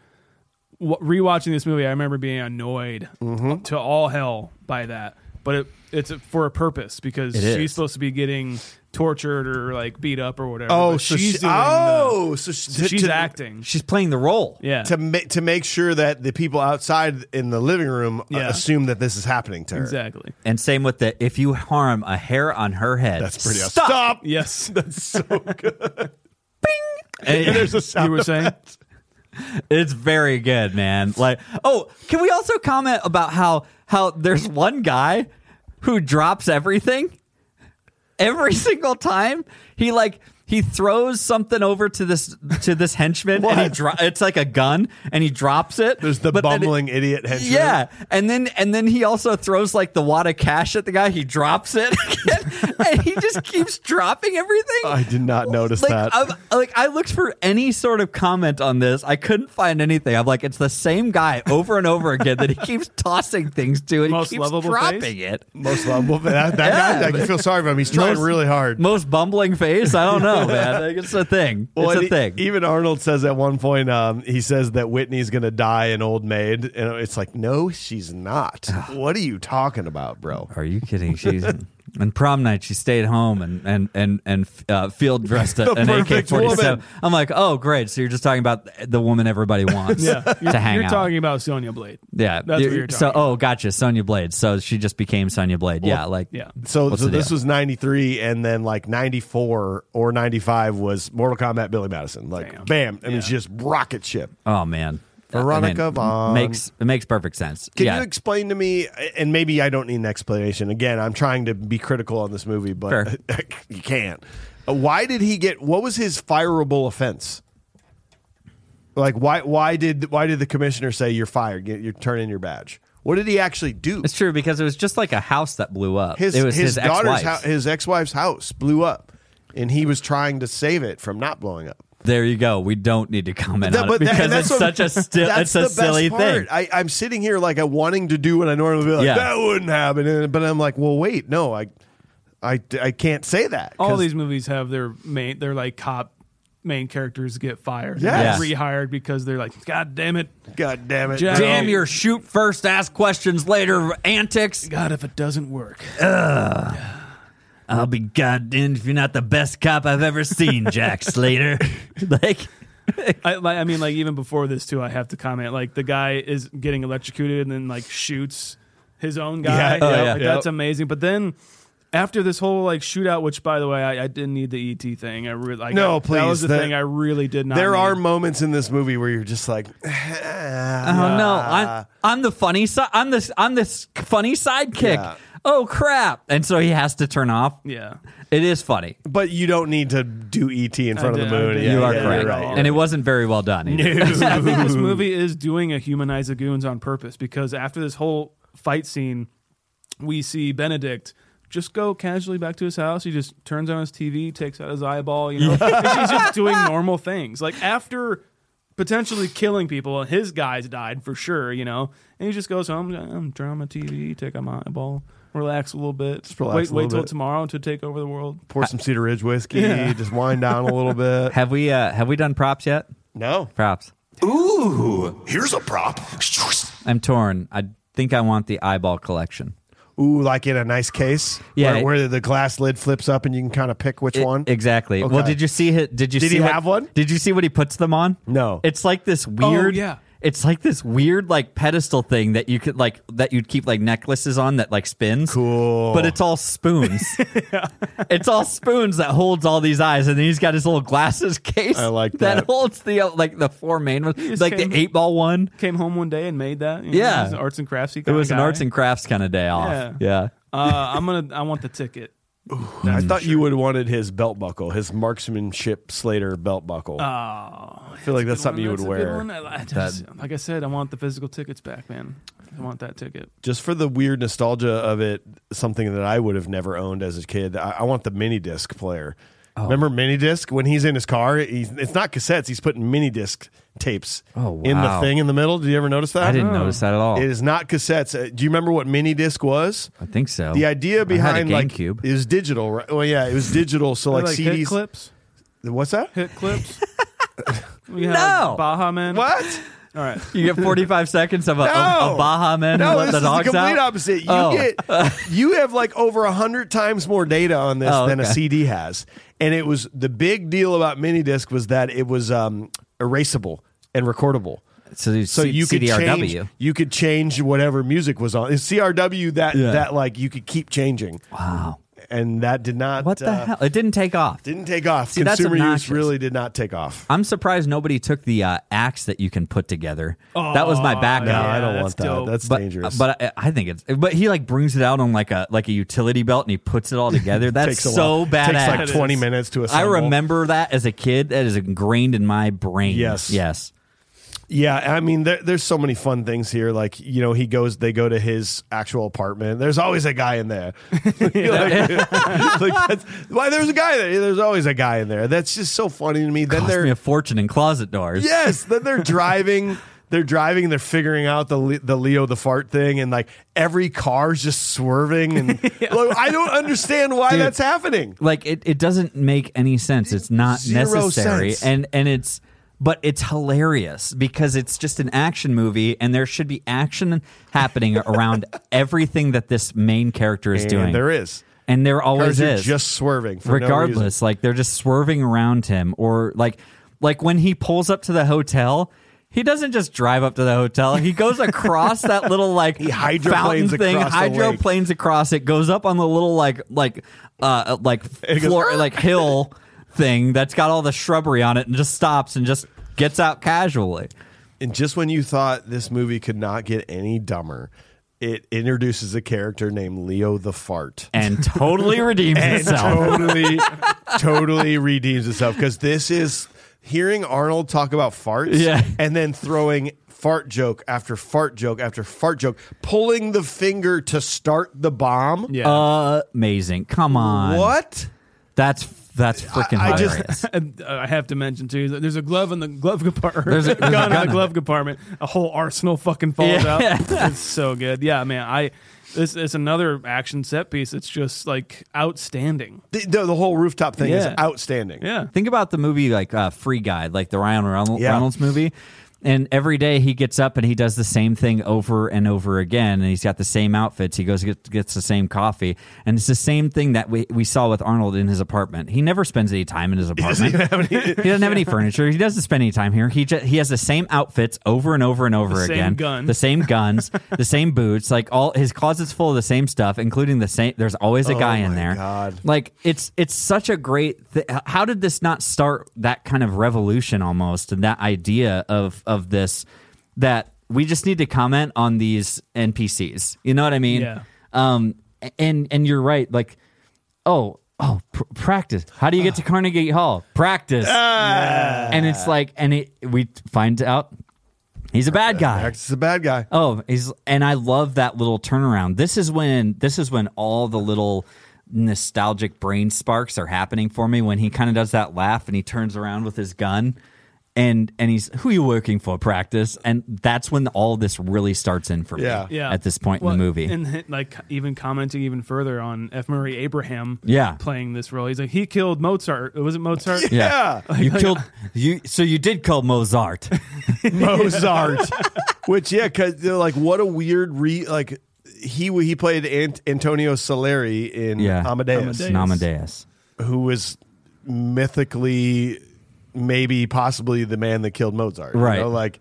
w- rewatching this movie. I remember being annoyed
Mm-hmm.
to all hell by that, but it, it's for a purpose because
It
she's
is.
supposed to be getting tortured or like beat up or whatever.
oh,
but
so
she's
she-
doing
oh, so she-
the,
to-
she's
to-
acting.
She's playing the role.
Yeah,
to ma- to make sure that the people outside in the living room uh,
Yeah.
assume that this is happening to her.
exactly.
And same with the if you harm a hair on her head,
That's pretty awesome.
Stop.
Stop. [laughs]
Yes, [laughs]
[laughs] And
There's a
you
sound
were saying.
it's very good, man. Like, oh, can we also comment about how how there's one guy who drops everything every [laughs] single time? He like he throws something over to this to this henchman, and he dro- it's like a gun, and he drops it.
There's the
but then it-
bumbling idiot henchman.
Yeah, and then and then he also throws like the wad of cash at the guy. He drops it, [laughs] again, and he just keeps dropping everything.
I did not notice
like, uh,
that.
I'm, like I looked for any sort of comment on this. I couldn't find anything. I'm like, it's the same guy over and over again that he keeps tossing things to, and
Most
he keeps
lovable
dropping
face?
it.
Most lovable. That,
[laughs]
that guy, I can feel sorry for him. He's trying
Most-
really hard.
Most bumbling face. I don't
[laughs]
know, man. Like, it's a thing.
Well,
it's
and
a
e-
thing.
Even Arnold says at one point, um, he says that Whitney's going to die an old maid, and it's like, no, she's
[sighs]
not. what are you talking about, bro?
Are you kidding? She's. [laughs] On prom night, she stayed home and and and and uh, field
[laughs]
dressed a,
The
an AK
perfect
forty
woman.
seven. I'm like, oh great! So you're just talking about the woman
[laughs]
everybody wants
Yeah, you're,
to hang
you're
out.
talking about Sonya Blade.
yeah,
that's what you're
so
talking
oh, gotcha, Sonya Blade. So she just became Sonya Blade. yeah, like
Yeah,
So,
What's
so
the
this
deal?
was '93, and then like '94 or '95 was Mortal Kombat Billy Madison. Like, bam! I mean, it's just rocket ship.
Oh man,
Veronica
I mean,
Vaughn.
makes it makes perfect sense.
Can
yeah,
you explain to me? And maybe I don't need an explanation. Again, I'm trying to be critical on this movie, but [laughs] you can't. Uh, Why did he get? What was his fireable offense? Like why? Why did why did the commissioner say you're fired? Get, you turn in your badge. What did he actually do?
it's true because it was just like a house that blew up.
His
it was
his,
his,
daughter's
ex-wife.
hou- his ex wife's house blew up, and he was trying to save it from not blowing up.
there you go. We don't need to comment
That-
on it
that-
because
and
it's
what- [laughs]
such a still
that's
it's a
the best
silly
part.
thing.
I, I'm sitting here like I wanting to do what I normally be like.
Yeah.
That wouldn't happen, And- but I'm like, well, wait, no, I, I, I can't say that. 'cause-
all these movies have their main their like cop main characters get fired and
Yes.
get rehired because they're like god damn it
God damn it!
Jack-
Damn
No.
your shoot first, ask questions later antics.
god if it doesn't work
I'll be goddamn if you're not the best cop I've ever seen, Jack Slater. like,
I, like, I mean like even before this too i have to comment like the guy is getting electrocuted and then like shoots his own guy
Yeah,
yeah,
Like,
yeah.
that's amazing but then after this whole like shootout, which by the way, I, I didn't need the ET thing. I really like
No,
I- That
please,
was the,
that-
thing I really did not.
There
need.
are moments in this movie where you're just like,
Oh no, I'm, I'm the funny side. I'm this. I'm this funny sidekick.
Yeah.
Oh crap! And so he has to turn off.
yeah.
It is funny.
but you don't need to do ET in front of
did-
the
I
moon.
did.
Yeah,
you are
yeah, you're
correct,
right.
and it wasn't very well done. either.
[laughs]
[laughs]
I think this movie is doing a humanize the goons on purpose because after this whole fight scene, we see Benedict just go casually back to his house. He just turns on his TV, takes out his eyeball.
[laughs]
You know, And he's just doing normal things. Like after potentially killing people, his guys died for sure. You know, and he just goes home, I'm turn on my TV, take out my eyeball. Relax a little bit.
relax a
wait, wait
little
till
bit.
tomorrow to take over the world.
Pour some Cedar Ridge whiskey, [laughs] just wind down a little
[laughs]
bit.
Have we? Uh, have we done props yet?
No,
Props.
Here's a prop.
I'm torn. I think I want the eyeball collection.
ooh, like in a nice case, where,
Yeah, it-
where the glass lid flips up and you can kind of pick which
I-
one.
exactly. Well,
Okay.
did you see it? Did you
Did
see
he
what-
have one?
Did you see what he puts them on?
No.
It's like this weird.
Oh, yeah.
It's like this weird like pedestal thing that you could like that you'd keep like necklaces on that like spins.
Cool.
But it's
[laughs]
all spoons. It's all spoons that holds all these eyes, and then he's got his little glasses [laughs] case.
I like that.
holds the uh, like the four main ones,
just
like
came-
the eight ball one.
Came home one day and made that. you know,
Yeah.
he's an arts and crafts.
It was an arts and crafts kind of day
Yeah.
off. Yeah.
Uh, I'm gonna. I want the ticket.
I
Mm.
thought you would have wanted his belt buckle, his marksmanship Slater belt buckle.
Uh,
Oh, I
feel like that's something you would wear.
like I said, I want the physical tickets back, man. I want that ticket.
just for the weird nostalgia of it, something that I would have never owned as a kid. I, I want the mini disc player.
Oh.
Remember mini disc when he's in his car? He's, it's not cassettes. He's putting mini disc tapes
Oh,
in the
wow.
thing in the middle. Did you ever notice that?
I didn't notice that at all.
It is not cassettes. Uh, do you remember what mini disc was?
I think so.
The idea
I had
behind
a
like
GameCube.
it was digital, right? Well, yeah, it was digital. So like,
like hit
CDs.
clips,
What's that?
hit
[laughs]
clips. we had
No!
Baja Man.
What?
All right,
You get 45 seconds of a,
No.
a, a Baja man who
No, this
let the
is the
dogs
complete
out.
opposite. You
Oh. [laughs]
get you have like over a hundred times more data on this
Oh,
than a
okay.
CD has. And it was the big deal about minidisc was that it was um, erasable and recordable.
So, you
So
C-
you could
CDRW.
change you could change whatever music was on. It's CRW that
Yeah.
that like you could keep changing.
Wow.
And that did not
What the
uh,
hell? It didn't take off.
didn't take off.
See, that's
Consumer use
obnoxious.
really did not take off.
I'm surprised nobody took the uh, axe that you can put together. that was my backup.
No,
Yeah,
I don't
that's
want that.
dope.
That's
But,
dangerous.
but I, I think it's. But he like brings it out on like a like a utility belt and he
[laughs]
puts it all together. That's
Takes a
so
while.
badass.
Takes like twenty
is.
minutes to
I
assemble.
remember that as a kid. That is ingrained in my brain.
Yes.
Yes.
Yeah, I mean, there, there's so many fun things here. Like, you know, he goes, they go to his actual apartment. There's always a guy in there. [laughs] like,
[laughs]
like that's, why there's a guy there? There's always a guy in there. That's just so funny to me. Then
Cost me
they're
a fortune in closet doors.
yes, then they're driving. They're driving. They're figuring out the Le- the Leo the fart thing, and like every car's just swerving.
[laughs]
And Look, I don't understand why that's happening.
like it, it doesn't make any sense it's not
Zero
necessary
sense.
and and it's but it's hilarious because it's just an action movie and there should be action happening
[laughs]
around everything that this main character is
And
doing
there is.
and there always
Cars are
is
just swerving. For no reason.
regardless like they're just swerving around him or like like when he pulls up to the hotel he doesn't just drive up to the hotel. He goes across that
[laughs]
little like he
hydroplanes
fountain thing,
across the lake.
hydroplanes across it. Goes up on the little like like uh
[laughs]
like floor like hill thing that's got all the shrubbery on it, and just stops and just gets out casually.
And just when you thought this movie could not get any dumber, it introduces a character named Leo the Fart. [laughs]
And totally redeems
And
himself.
[laughs]
totally, totally redeems itself because this is hearing Arnold talk about farts
Yeah.
and then throwing fart joke after fart joke after fart joke, pulling the finger to start the bomb.
yeah.
Uh, Amazing! Come on,
What?
That's that's freaking
I- I just-
hilarious.
[laughs] And, uh, I have to mention too. that There's a glove in the glove compartment.
There's
[laughs]
a- there's a
gun, in
gun
the
in
glove compartment. A whole arsenal fucking
[laughs]
falls
Yeah.
out. It's so good. Yeah, man. I this is another action set piece. It's just like outstanding.
The, the- the whole rooftop thing is
Yeah.
outstanding.
Yeah.
Think about the movie like uh, Free Guy, like the Ryan Reynolds,
Yeah.
Reynolds movie. And every day he gets up and he does the same thing over and over again. And he's got the same outfits. He goes get, gets the same coffee, and it's the same thing that we, we saw with Arnold in his apartment. He never spends any time in his apartment. [laughs] he doesn't have any furniture. He doesn't spend any time here. He just, he has the same outfits over and over and over
same
again.
gun.
The same [laughs] guns, the same boots. Like all his closet's full of the same stuff, including the same. There's always a guy in
my
there.
God.
Like it's it's such a great. Th- how did this not start that kind of revolution almost, and that idea of of this that we just need to comment on these NPCs. You know what I mean?
Yeah.
Um. And and you're right. Like, oh. Oh, pr- practice. How do you get to Carnegie Hall? Practice. And it's like, and it we find out he's a bad guy.
Max is a bad guy.
Oh, he's and I love that little turnaround. This is when this is when all the little nostalgic brain sparks are happening for me when he kind of does that laugh and he turns around with his gun and and he's who you working for practice and that's when all this really starts in for
Yeah.
me
yeah.
at this point
Well,
in the movie.
and hi- like even commenting even further on F. Murray Abraham,
Yeah.
playing this role. He's like he killed Mozart. Was it
[laughs]
Mozart?
yeah. You
[laughs]
killed you so you did kill Mozart.
Mozart. [laughs] Which yeah, because they're like, what a weird re like he he played Ant- Antonio Saleri in
Yeah.
Amadeus,
Amadeus.
Namadeus.
who was mythically maybe possibly the man that killed Mozart. you
Right.
know, Like,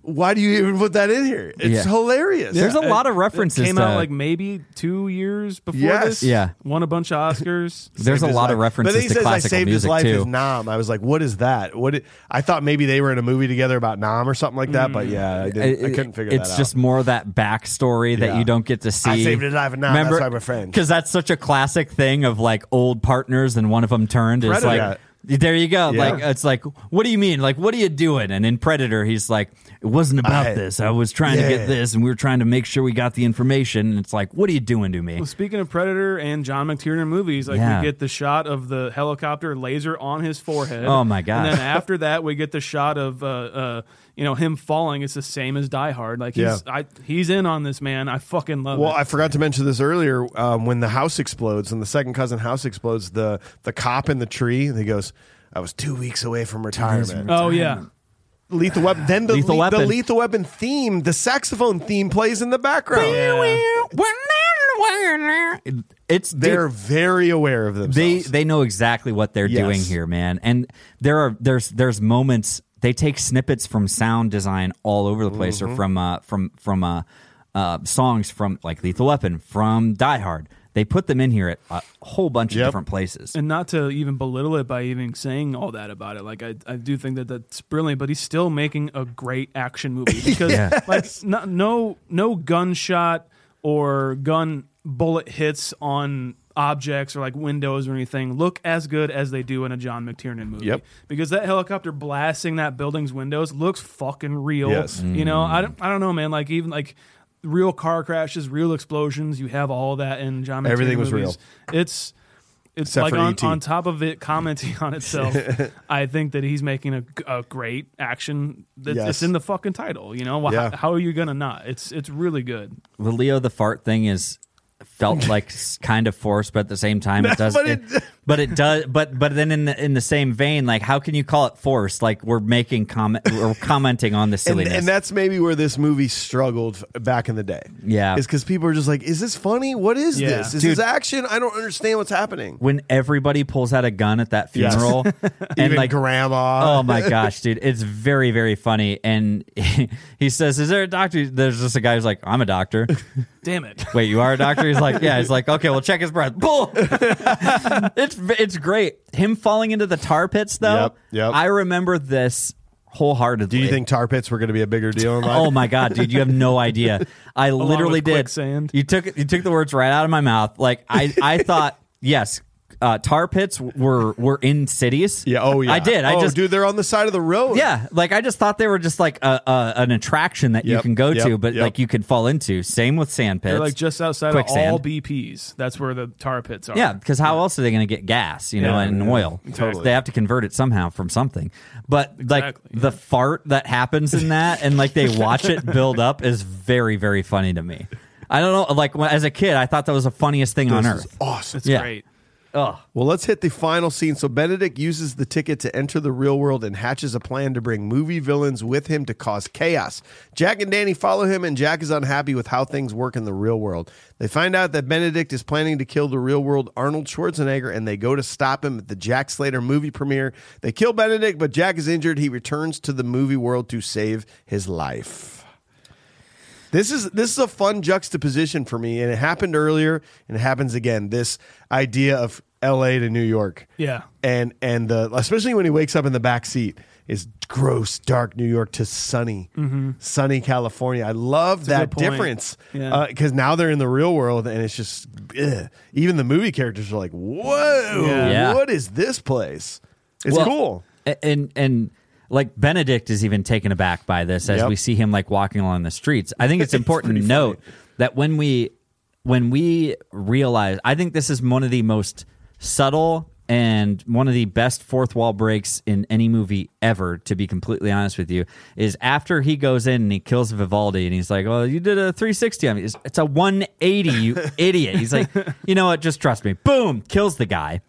why do you even put that in here? It's
Yeah.
hilarious.
There's a
It-
lot of
it
references
Came
to
out like maybe two years before
Yes.
this.
uh, Yeah.
won a bunch of Oscars.
[laughs] There's
Saved
a
his
lot of
life.
references
But then he
to
says,
classical
"I saved
music
his life
too.
as Nam." I was like, "What is that? What?" It, I thought maybe they were in a movie together about Nam or something like that. But yeah, I, didn't, I couldn't figure
Mm. it's
that out.
just more of that backstory that
Yeah.
you don't get to see.
saved his life, and now that's why we're friends.
Because that's such a classic thing of like old partners, and one of them turned. It's
Predator.
like, there you go.
Yeah.
Like, it's like, what do you mean? Like, what are you doing? And in Predator, he's like, it wasn't about
I-
this. I was trying to
Yeah.
get this, and we were trying to make sure we got the information. And it's like, what are you doing to me?
Well, speaking of Predator and John McTiernan movies, like
Yeah.
we get the shot of the helicopter laser on his forehead.
Oh, my gosh. [laughs]
And then after that, we get the shot of uh, uh, you know him falling. It's the same as Die Hard. Like he's
Yeah.
I, he's in on this man. I fucking love
Well,
it.
I forgot to mention this earlier. Um, when the house explodes, when the second cousin house explodes, the the cop in the tree, and he goes, "I was two weeks away from retirement."
oh yeah,
lethal weapon. Then the
Lethal
le- the
Weapon.
lethal weapon theme, the saxophone theme plays in the background.
It's
They're very aware of themselves.
they they know exactly what they're
Yes.
doing here man and there are there's there's moments they take snippets from sound design all over the place
Mm-hmm.
or from uh from from uh, uh songs from like lethal weapon from die hard they put them in here at a whole bunch
Yep.
of different places
and not to even belittle it by even saying all that about it. Like I, I do think that that's brilliant, but he's still making a great action movie
[laughs]
because like no, no no gunshot or gun bullet hits on objects or like windows or anything look as good as they do in a John McTiernan movie.
Yep.
Because that helicopter blasting that building's windows looks fucking real.
Yes. Mm.
You know, I don't I don't know man, like even like real car crashes, real explosions, you have all that in John McTiernan
Everything was
movies. It's it's
Except
like
for E
on,
E.T..
on top of it commenting
[laughs]
on itself, I think that he's making a, a great action. That's
Yes.
It's in the fucking title, you know. Well,
Yeah.
how, how are you gonna not? It's it's really good.
the leo the fart thing is felt like s- kind of forced but at the same time
[laughs]
it does
but
but
it-
it, but it does but but then in the in the same vein like how can you call it forced like we're making comment we're commenting on the
and,
silliness
and that's maybe where this movie struggled f- back in the day.
Yeah.
Is because people are just like, is this funny? What is
Yeah.
this? Is
Dude.
this action? I don't understand what's happening.
when everybody pulls out a gun at that
Yes. [laughs]
funeral and
Even
like
grandma.
oh my gosh dude it's very very funny and [laughs] he says is there a doctor there's just a guy who's like i'm a doctor
[laughs]
Damn it!
wait you are a doctor he's like yeah he's like okay well check his breath [laughs] Boom. it's it's great him falling into the tar pits though
Yep, yep.
i remember this wholeheartedly
Do you think tar pits were going to be a bigger deal
[laughs]
in life?
Oh my god, dude! You have
[laughs]
no idea. I literally
with
did.
quicksand.
You took you took the words right out of my mouth. Like I, I thought [laughs] yes, uh, tar pits were were in cities.
Yeah. Oh, yeah.
I did. I
oh,
just
dude, they're on the side of the road.
yeah. Like I just thought they were just like a, a, an attraction that
Yep,
you can go to,
yep,
but
yep.
like you could fall into. Same with sand pits.
They're like just outside
Quicksand.
of all BPs. That's where the tar pits are.
Yeah, because how else are they going to get gas, you know,
Yeah,
and oil?
Totally.
They have to convert it somehow from something. But like
Exactly,
the fart that happens in that, and like
[laughs]
they watch it build up, is very very funny to me. I don't know, like when, as a kid, I thought that was the funniest thing on
This
earth.
is awesome.
it's
yeah.
great.
Well, let's hit the final scene. So Benedict uses the ticket to enter the real world and hatches a plan to bring movie villains with him to cause chaos. Jack and Danny follow him, and Jack is unhappy with how things work in the real world. They find out that Benedict is planning to kill the real world Arnold Schwarzenegger, and they go to stop him at the Jack Slater movie premiere. They kill Benedict, but Jack is injured. He returns to the movie world to save his life. This is this is a fun juxtaposition for me, and it happened earlier, and it happens again. This idea of L.A. to New York,
Yeah.
and and the especially when he wakes up in the back seat is gross, dark New York to sunny, sunny California. I love that
Mm-hmm. good point.
difference
Yeah.
because now they're in the real world, and it's just ugh. even the movie characters are like, "Whoa,
Yeah.
Yeah.
what is this place?" It's
Well,
cool.
A- and and like Benedict is even taken aback by this as
Yep.
we see him like walking along the streets. I
[laughs]
think it's important to note that when we when we realize, I think this is one of the most subtle and one of the best fourth wall breaks in any movie ever. To be completely honest with you, is after he goes in and he kills Vivaldi and he's like, "Well, you did a 360 on me. It's, it's a 180,
[laughs]
you idiot." He's like, "You know what? Just trust me." Boom, kills the guy.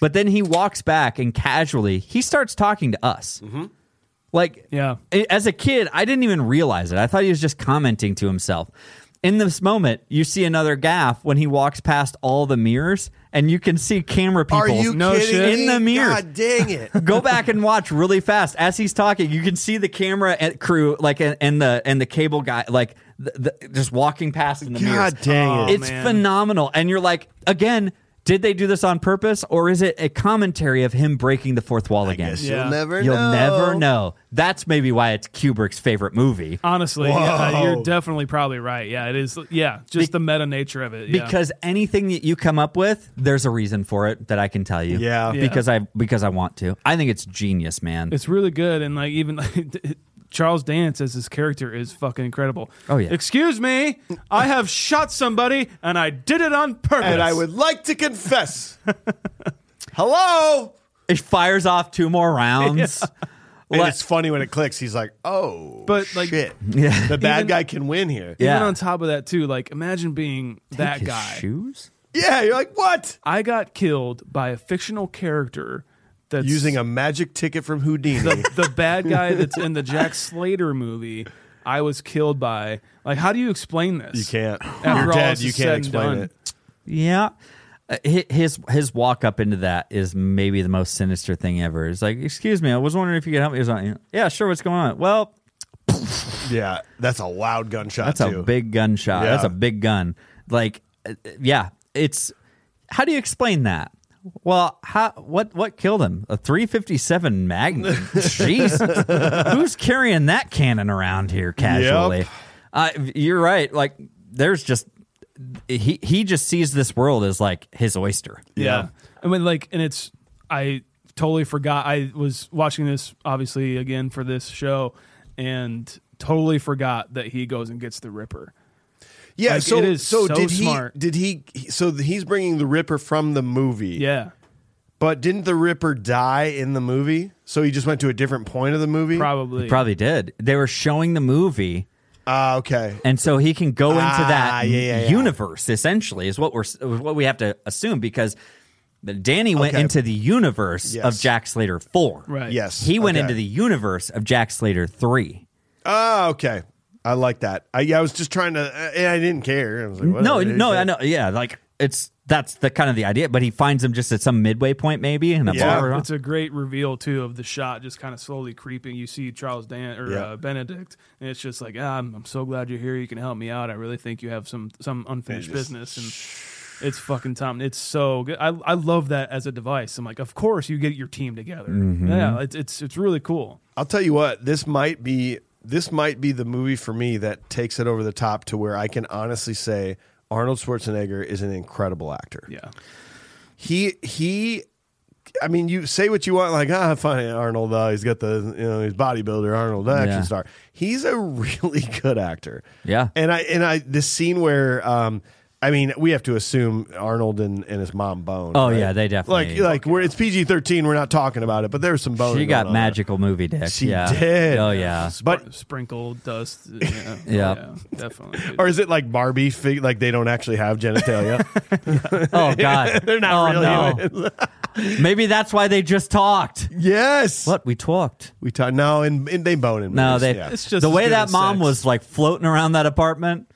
But then he walks back and casually he starts talking to us.
Mm-hmm.
Like,
Yeah.
a- as a kid, I didn't even realize it. I thought he was just commenting to himself. In this moment, you see another gaff when he walks past all the mirrors, and you can see camera people
Are you
No
kidding
shit.
me?
in the mirror.
God dang
[laughs]
it!
Go back and watch really fast as he's talking. You can see the camera and crew, like and, and the and the cable guy, like the, the, just walking past in the mirror.
God dang it! Oh,
It's phenomenal. And you're like, again, did they do this on purpose or is it a commentary of him breaking the fourth wall again?
Guess
Yeah.
You'll never
You'll
know.
never know. That's maybe why it's Kubrick's favorite movie.
Honestly, yeah,
Whoa.
you're definitely probably right. Yeah, it is. Yeah, just the meta nature of it. Yeah.
Because anything that you come up with, there's a reason for it that I can tell you.
Yeah. Yeah.
Because I because I want to. I think it's genius, man.
It's really good, and like even [laughs] like, Charles Dance as his character is fucking incredible.
Oh, yeah.
Excuse me, I have shot somebody, and I did it on purpose.
And I would like to confess. [laughs] Hello.
it fires off two
[laughs]
more rounds.
And
Like-
it's funny when it clicks. He's like, "Oh,
But, like-
shit,
Yeah.
the bad
Even-
guy can win here."
Yeah.
Even on top of that, too, like imagine being that
His
guy.
shoes?
Yeah, you're like, "What?"
I got killed by a fictional character that's
Using a magic ticket from Houdini. [laughs]
the bad guy that's in the Jack Slater movie. I was killed by. Like, how do you explain this?
you can't.
After
you're
all
dead.
this
You
is
can't
said and
explain
done.
it.
Yeah. Uh, hi- His his walk up into that is maybe the most sinister thing ever. It's like, excuse me, I was wondering if you could help me. He was like, yeah, sure. What's going on? Well,
Yeah, that's a loud gunshot.
that's
too.
a big gunshot. That's
Yeah.
a big gun. Like, uh, uh, yeah, it's. How do you explain that? Well, how what what killed him? A three fifty seven Magnum. Jeez, who's carrying that cannon around here casually? Uh, you're right. Like, there's just he he just sees this world as like his oyster.
Yeah. I mean, like, and it's, I totally forgot. I was watching this, obviously, again for this show, and totally forgot that he goes and gets the Ripper.
Yeah.
Like,
so
it is
so,
so
did
smart.
he? Did he? So he's bringing the Ripper from the movie.
Yeah.
But didn't the Ripper die in the movie? So he just went to a different point of the movie.
Probably.
Probably did. They were showing the movie,
Ah, okay.
and so he can go into
Ah,
that
yeah, yeah, yeah.
universe. Essentially, is what we're what we have to assume because the- Danny went
Okay.
into the universe
Yes.
of Jack Slater four.
Right.
Yes.
He went
okay.
into the universe of Jack Slater three.
Oh, okay. I like that. I, yeah, I was just trying to. uh, I, I didn't care. I was like,
No,
whatever,
no,
dude.
I know. Yeah, like it's that's the kind of the idea. But he finds him just at some midway point, maybe. And
Yeah.
yeah.
It's a great reveal too of the shot just kind of slowly creeping. You see Charles Dan or
Yeah.
uh, Benedict, and it's just like, ah, I'm, I'm so glad you're here. You can help me out. I really think you have some some unfinished business, and it's fucking Tom. It's so good. I I love that as a device. I'm like, of course you get your team together. Yeah, it's it's it's really cool.
I'll tell you what, this might be this might be the movie for me that takes it over the top to where I can honestly say Arnold Schwarzenegger is an incredible actor.
Yeah,
He he I mean, you say what you want, like ah, fine, Arnold. Uh, he's got the you know he's bodybuilder, Arnold, action
Yeah.
star. He's a really [laughs] good actor.
Yeah.
and I and I this scene where um, I mean, we have to assume Arnold and, and his mom bone.
Oh,
right?
yeah, they definitely-
like like we're, it's PG thirteen. We're not talking about it, but there's some bone.
She got magical movie dick.
She
yeah.
did.
Oh yeah.
But
Sprinkle dust.
[laughs]
Yeah,
Yeah.
definitely. dude.
or is it like Barbie? Fig- like they don't actually have
[laughs]
genitalia.
Oh god.
[laughs] They're not
oh,
really.
No.
[laughs]
Maybe that's why they just talked.
yes.
What we talked.
we talk? No, and, and they bone in
No,
movies,
they.
yeah.
It's just
the
as
way
good
that
as
mom
sex.
was like floating around that apartment.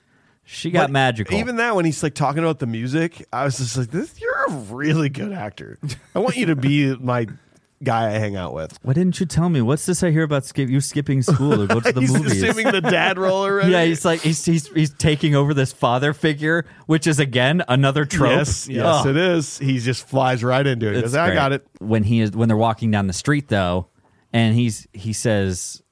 She got
But
magical.
Even that when he's like talking about the music, I was just like, "This, you're a really good actor. I want you to
[laughs]
be my guy I hang out with."
why didn't you tell me? What's this I hear about skip you skipping school to go
[laughs]
to the
he's
movies?
assuming the dad role already.
[laughs] yeah, he's like he's, he's he's taking over this father figure, which is again another trope.
Yes, yes,
Oh.
it is. He just flies right into it. He
It's
goes, I
great.
got it.
When he is when they're walking down the street though, and he's he says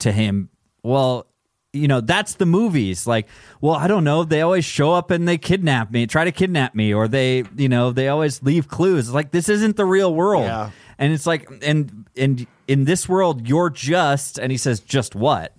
to him, "Well, you know that's the movies. Like, well, I don't know. They always show up and they kidnap me, try to kidnap me, or they, you know, they always leave clues. It's like this isn't the real world.
Yeah.
And it's like, and and in this world, you're just. And he says, just what?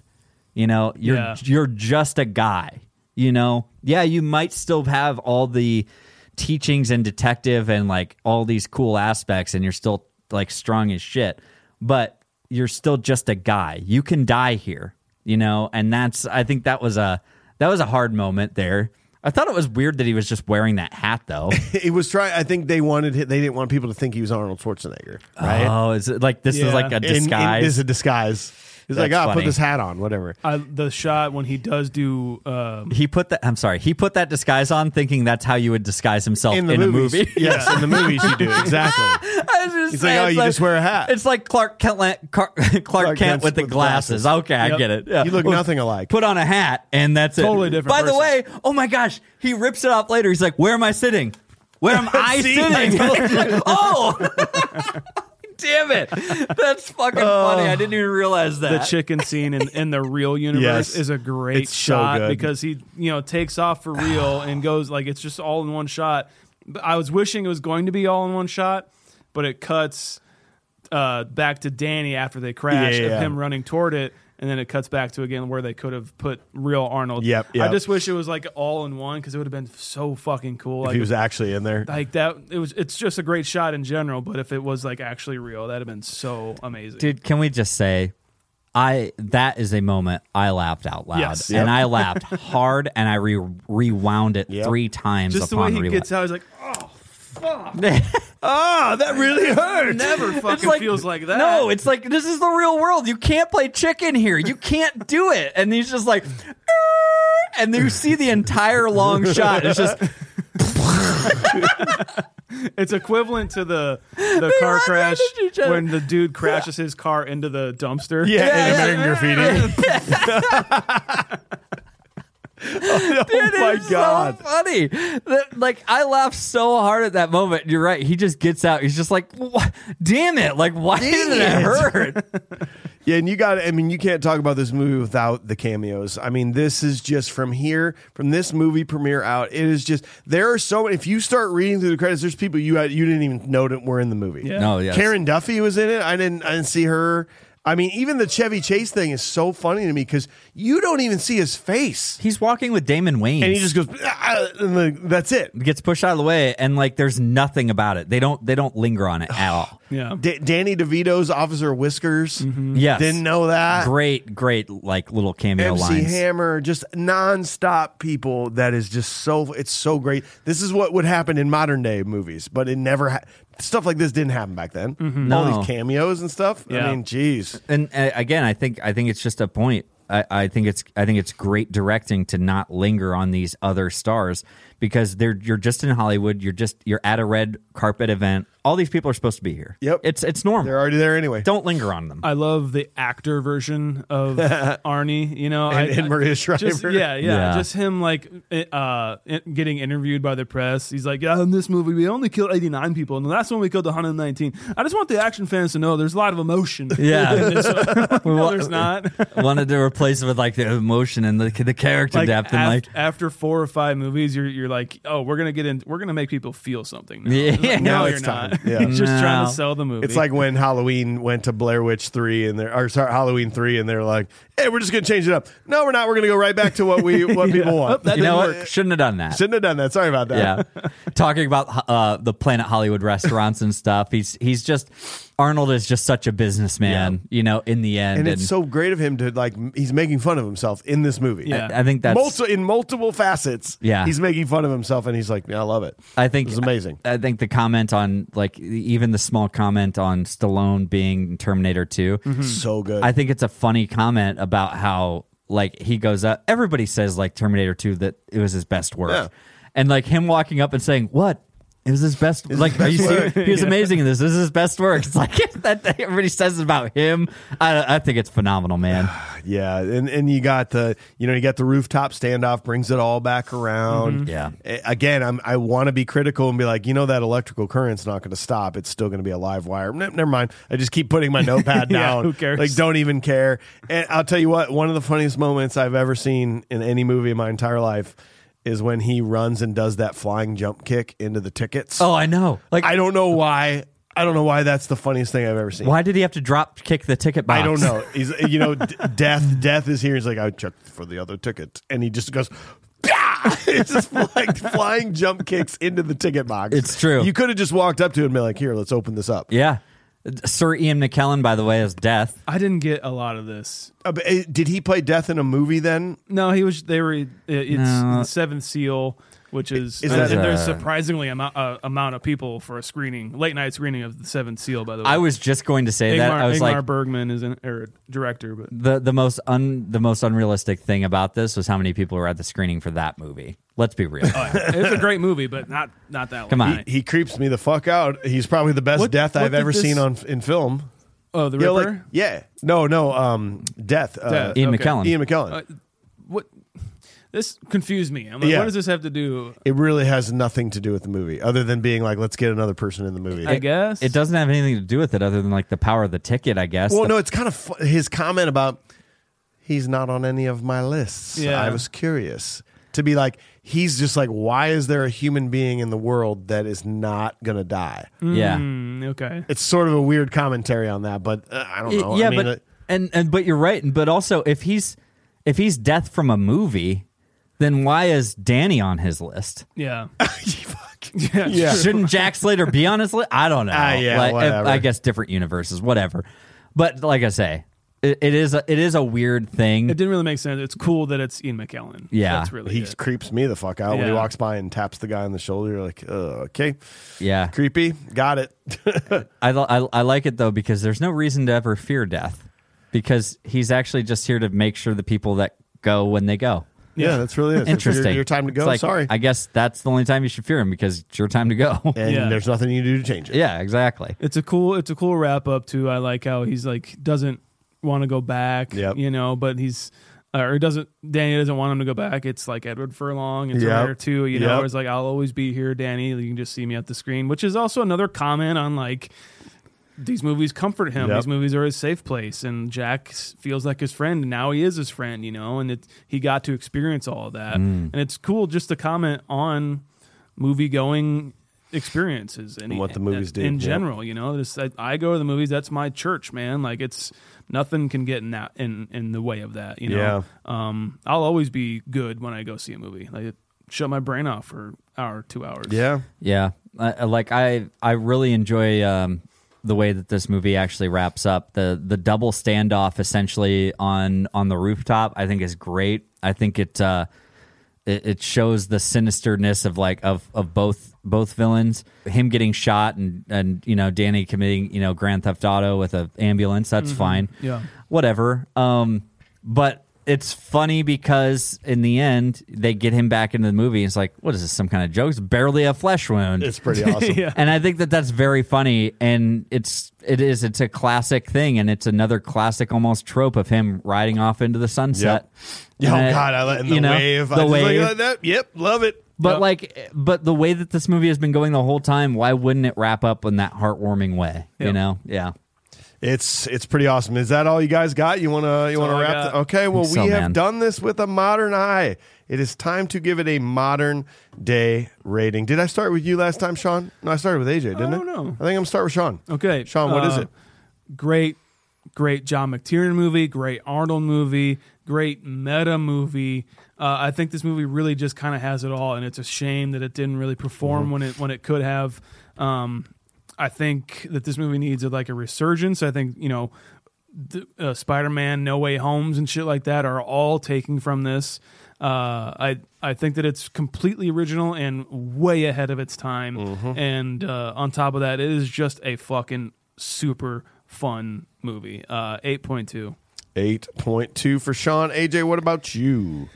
You know, you're
Yeah.
you're just a guy. You know, yeah, you might still have all the teachings and detective and like all these cool aspects, and you're still like strong as shit, but you're still just a guy. You can die here, you know, and that's I think that was a that was a hard moment there. I thought it was weird that he was just wearing that hat
[laughs]
though.
He was trying. I think they wanted. hi- They didn't want people to think he was Arnold Schwarzenegger. Right?
Oh, is it like this
Yeah.
is like a
In- in-
disguise?
is a disguise. He's like,
That's
"Oh, put
funny. Uh,
this hat on, whatever."
I, the shot when he does do um,
he put that. I'm sorry. He put that disguise on, thinking that's how you would disguise himself in, a
movies,
movie. [laughs]
yes, in the movies you do exactly.
I was just
He's like,
saying,
"Oh,
it's
you just wear a hat."
It's like Clark Kent, la- Clark, Clark Kent,
Kent's
with the
with
glasses.
glasses.
Okay, I get it. Yeah.
You look
Well,
nothing alike.
Put on a hat, and that's it.
Totally different
By the
person.
way, oh my gosh, he rips it off later. He's like, "Where am I sitting?
[laughs]
Where am I
See?
sitting?" [laughs] oh. Damn it! That's fucking funny.
Oh.
I didn't even realize that.
the chicken scene in, in
[laughs]
the real universe
Yes.
is a great
It's so
shot
good.
because he you know takes off for real and goes like it's just all in one shot. But I was wishing it was going to be all in one shot, but it cuts uh, back to Danny after they crash
Yeah, yeah,
of
yeah.
him running toward it. And then it cuts back to again where they could have put real Arnold.
Yep, yep.
I just wish it was like all in one because it would have been so fucking cool.
If
Like
he was actually in there.
like that, it was. It's just a great shot in general. But if it was like actually real, that'd have been so amazing.
dude can we just say i that is a moment i laughed out loud
Yes.
and
[laughs]
i laughed hard and i re- rewound it
Yep.
three times
just the way
upon
he
rewa-
gets out, he's like, oh,
[laughs]
Ah, that really hurt.
never
It's
fucking feels like that.
No, it's like this is the real world. You can't play chicken here. You can't do it. And he's just like, "Er," and you see the entire long shot.
[laughs]
It's just
it's equivalent to the the car
run right
crash
into each other.
when the
[laughs]
dude crashes his car into the dumpster.
Yeah,
Yeah,
in
yeah.
American
[laughs]
Graffiti. [laughs] oh
It
my
is
god.
so funny. That, like I laughed so hard at that moment. You're right. He just gets out. He's just like, "Wha- damn it! Like why didn't it
it." [laughs]
hurt?
Yeah, and you got I mean, you can't talk about this movie without the cameos. I mean, this is just from here, from this movie premiere out, it is just there are so many if you start reading through the credits, there's people you you didn't even know that were in the movie.
Yeah.
No, yes.
Karen Duffy was in it. I didn't I didn't see her. I mean, even the Chevy Chase thing is so funny to me because you don't even see his face.
He's walking with Damon Wayne.
And he just goes, "Ah," and like, that's it.
gets pushed out of the way and like there's nothing about it. They don't they don't linger on
[sighs]
it at all.
yeah.
D- Danny DeVito's Officer Whiskers.
Yes.
Didn't know that.
Great, Mm-hmm. great like little cameo
MC
lines.
Hammer, just nonstop people. That is just so. It's so great. This is what would happen in modern day movies, but it never ha- stuff like this didn't happen back then. All
Mm-hmm. No.
these cameos and stuff.
Yeah.
I mean, geez,
and uh, again, I think I think it's just a point. I, I think it's I think it's great directing to not linger on these other stars because they're you're just in Hollywood. You're just you're at a red carpet event. All these people are supposed to be here.
Yep.
It's it's normal.
they're already there anyway.
don't linger on them.
I love the actor version
[laughs]
of Arnie. You know, I,
and, and
I-
Maria Shriver.
just yeah, yeah,
Yeah.
just him like uh, uh, getting interviewed by the press. He's like, yeah, in this movie we only killed eighty nine people, and the last one we killed one hundred nineteen. I just want the action fans to know there's a lot of emotion.
[laughs]
[laughs]
Yeah.
in this one. no, there's
[laughs]
not.
Wanted to replace it with like the emotion and the the character
Like,
depth and
af-
like
after four or five movies, you're you're like, oh, we're gonna get in, we're gonna make people feel something. Now.
Yeah.
It's like, no,
Now
you're
it's time.
not.
Yeah.
You're [laughs] just trying
No.
to sell the movie.
It's like when Halloween went to Blair Witch three, and they're or sorry, Halloween three, and they're like, "Hey, we're just gonna change it up." No, we're not. We're gonna go right back to what we
[laughs]
what people want.
you know what? Shouldn't have done that.
Shouldn't have done that. Sorry about that.
yeah, [laughs] talking about uh, the Planet Hollywood restaurants and stuff. He's he's just Arnold is just such a businessman, you know. In the end,
and it's so great of him to like. m- He's making fun of himself in this movie.
Yeah.
I think that's
Multi- in multiple facets.
Yeah.
he's making fun of himself, and he's like, "Yeah, "I love it."
I think
It was amazing.
I, I think the comment on like even the small comment on Stallone being Terminator 2
Mm-hmm. so good.
I think it's a funny comment about how like he goes up. Everybody says like Terminator Two that it was his best work,
Yeah.
and like him walking up and saying what. It was his best. Like are you serious?
[laughs]
he was amazing in this. This is his best work. It's like [laughs] that. that Everybody says about him. I, I think it's phenomenal, man.
[sighs] Yeah, and and you got the you know you got the rooftop standoff brings it all back
Mm-hmm.
around.
Yeah.
A- Again, I'm I want to be critical and be like, you know, that electrical current's not going to stop. It's still going to be a live wire. Ne- never mind. I just keep putting
[laughs]
my notepad
Yeah,
down.
who cares?
Like, don't even care. And I'll tell you what, one of the funniest moments I've ever seen in any movie in my entire life is when he runs and does that flying jump kick into the tickets.
Oh, I know. Like,
I don't know why. I don't know why that's the funniest thing I've ever seen.
why did he have to drop kick the ticket box?
I don't know. He's you know, d- death. Death is here. He's like, I checked for the other ticket, and he just goes. "Pah!" [laughs] it's just like flying jump kicks into the ticket box.
It's true.
You could have just walked up to him and been like, "Here, let's open this up."
[laughs] Yeah, Sir Ian McKellen, by the way, is death.
I didn't get a lot of this.
Uh, but, uh, did he play death in a movie? Then
No, he was. They were. it- It's
No.
the Seventh Seal, which is,
Is
and,
that-
and there's
Uh,
surprisingly amount uh, amount of people for a screening, late night screening of the Seventh Seal. By the way,
I was just going to say
Ingmar,
that. I was
Ingmar
like,
Bergman is an er,
[laughs]
director, but
the the most un the most unrealistic thing about this was how many people were at the screening for that movie. Let's be real.
it's a great movie, but not not that.
Come
one.
on.
he creeps me the fuck out. He's probably the best
What-
death
what
I've
did
ever
this-
seen on in film.
Oh, the
You know,
Ripper.
like- yeah. No, no. Um, death. Uh,
Death.
Ian
okay.
McKellen.
Ian McKellen.
Uh, what? This confused me. I'm like,
Yeah.
what does this have to do?
it really has nothing to do with the movie, other than being like, let's get another person in the movie.
I guess
It doesn't have anything to do with it other than like the power of the ticket, I guess.
Well,
The-
no, it's kind of fu- his comment about he's not on any of my lists.
Yeah.
I was curious to be like, he's just like, why is there a human being in the world that is not going to die?
yeah,
Mm, okay.
It's sort of a weird commentary on that, but uh, I don't know.
yeah,
I mean,
but
it-
and and but you're right. But also, if he's if he's death from a movie, then why is Danny on his list?
Yeah.
yeah,
[laughs] Shouldn't Jack Slater be on his list? I don't know.
Ah, yeah,
Like,
whatever.
I guess different universes, whatever. But like I say, it, it is a, it is a weird thing.
It didn't really make sense. It's cool that it's Ian McKellen.
Yeah.
That's really
uh, he
it.
creeps me the fuck out when he
Yeah.
walks by and taps the guy on the shoulder. You're like, "Ugh, okay,
yeah,
creepy, got it. [laughs]
I, li- I I like it though because there's no reason to ever fear death because he's actually just here to make sure the people that go when
[laughs]
they go.
yeah, that's really it. It's your-
Interesting.
Your, time to
It's
go.
like,
Sorry,
I guess that's the only time you should fear him because it's your time to go.
and
Yeah.
there's nothing you can do to change it.
[laughs] yeah, exactly.
It's a cool it's a cool wrap up too. I like how he's like doesn't want to go back.
Yep.
You know, but he's uh, or doesn't Danny doesn't want him to go back. It's like Edward Furlong and
Yep.
Terminator Two. You know,
Yep.
where it's like I'll always be here, Danny. You can just see me at the screen, which is also another comment on like these movies comfort him.
Yep.
These movies are his safe place, and Jack s- feels like his friend. And now he is his friend, you know, and it, he got to experience all of that,
Mm.
and it's cool just to comment on movie going experiences and
And what the movies do,
in
yeah.
general. You know, this, I, I go to the movies. That's my church, man. Like it's nothing can get in that in in the way of that. You know, um, I'll always be good when I go see a movie. Like shut my brain off for hour, two hours.
yeah.
Yeah, I, I- like I I really enjoy um, the way that this movie actually wraps up the the double standoff essentially on on the rooftop. I think is great. I think it uh, it, it shows the sinisterness of like of of both both villains. Him getting shot and and you know Danny committing you know Grand Theft Auto with a ambulance. That's fine.
Yeah.
whatever. Um, but. It's funny because in the end they get him back into the movie. It's like, what is this? Some kind of joke? It's barely a flesh wound
It's pretty awesome.
[laughs] and I think that that's very funny, and it's it is it's a classic thing, and it's another classic almost trope of him riding off into the sunset.
Oh
And
God, I let in the
you know,
wave. I
the
just
wave.
Like, "Oh, that, yep, love it.
but like, but the way that this movie has been going the whole time, why wouldn't it wrap up in that heartwarming way?
Yeah.
You know, yeah,
It's it's pretty awesome. Is that all you guys got? You wanna you wanna
all I
wrap?
got.
th- okay. Well, we
so,
have
man.
done this with a modern eye. It is time to give it a modern day rating. Did I start with you last time, Sean? No, I started with AJ, didn't I?
don't know.
I think I'm gonna start with Sean.
Okay,
Sean, what is
uh,
it?
Great, great John McTiernan movie. Great Arnold movie. Great meta movie. Uh, I think this movie really just kind of has it all, and it's a shame that it didn't really perform
Mm-hmm.
when it when it could have. Um, I think that this movie needs like a resurgence. I think you know th- uh, Spider-Man, No Way Homes, and shit like that are all taking from this. Uh, I I think that it's completely original and way ahead of its time.
Mm-hmm.
And uh, on top of that, it is just a fucking super fun movie. Uh, Eight point two.
Eight point two for Sean. AJ, what about you?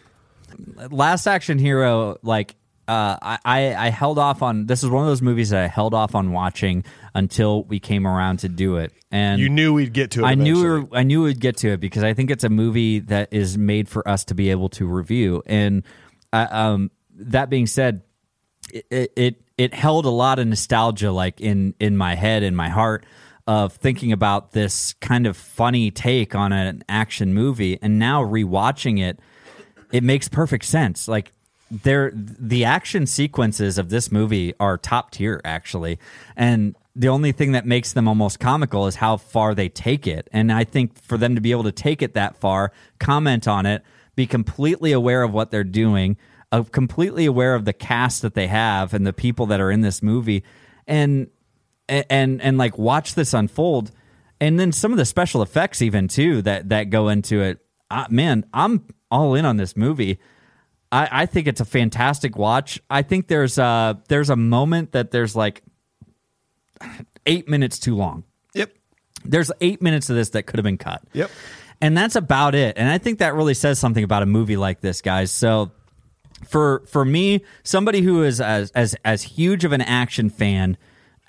Last Action Hero, like uh, I- I, I held off on. This is one of those movies that I held off on watching until we came around to do it. And
You knew we'd get to it.
I knew we
eventually.
were- I knew we'd get to it because I think it's a movie that is made for us to be able to review. And uh, um, that being said, it- it, it it held a lot of nostalgia, like in in my head, in my heart, of thinking about this kind of funny take on an action movie. And now rewatching it, it makes perfect sense. Like there the action sequences of this movie are top tier actually. And the only thing that makes them almost comical is how far they take it. And I think for them to be able to take it that far, comment on it, be completely aware of what they're doing, of completely aware of the cast that they have and the people that are in this movie and and and, and like watch this unfold and then some of the special effects even too that that go into it uh, man i'm all in on this movie I, I think it's a fantastic watch i think there's a there's a moment that there's like [sighs] eight minutes too long
Yep.
there's eight minutes of this that could have been cut
Yep.
and that's about it and i think that really says something about a movie like this guys so for for me, somebody who is as as as huge of an action fan,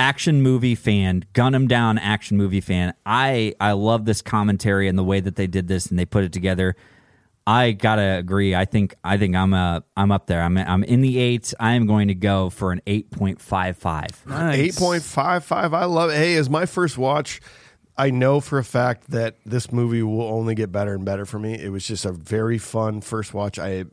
action movie fan, gun 'em down action movie fan, I I love this commentary and the way that they did this and they put it together. I gotta agree. I think I think I'm a I'm up there. I'm I'm in the eights. I am going to go for an eight point five five.
Eight
Nice.
point five five. I love. Hey, as my first watch, I know for a fact that this movie will only get better and better for me. It was just a very fun first watch. I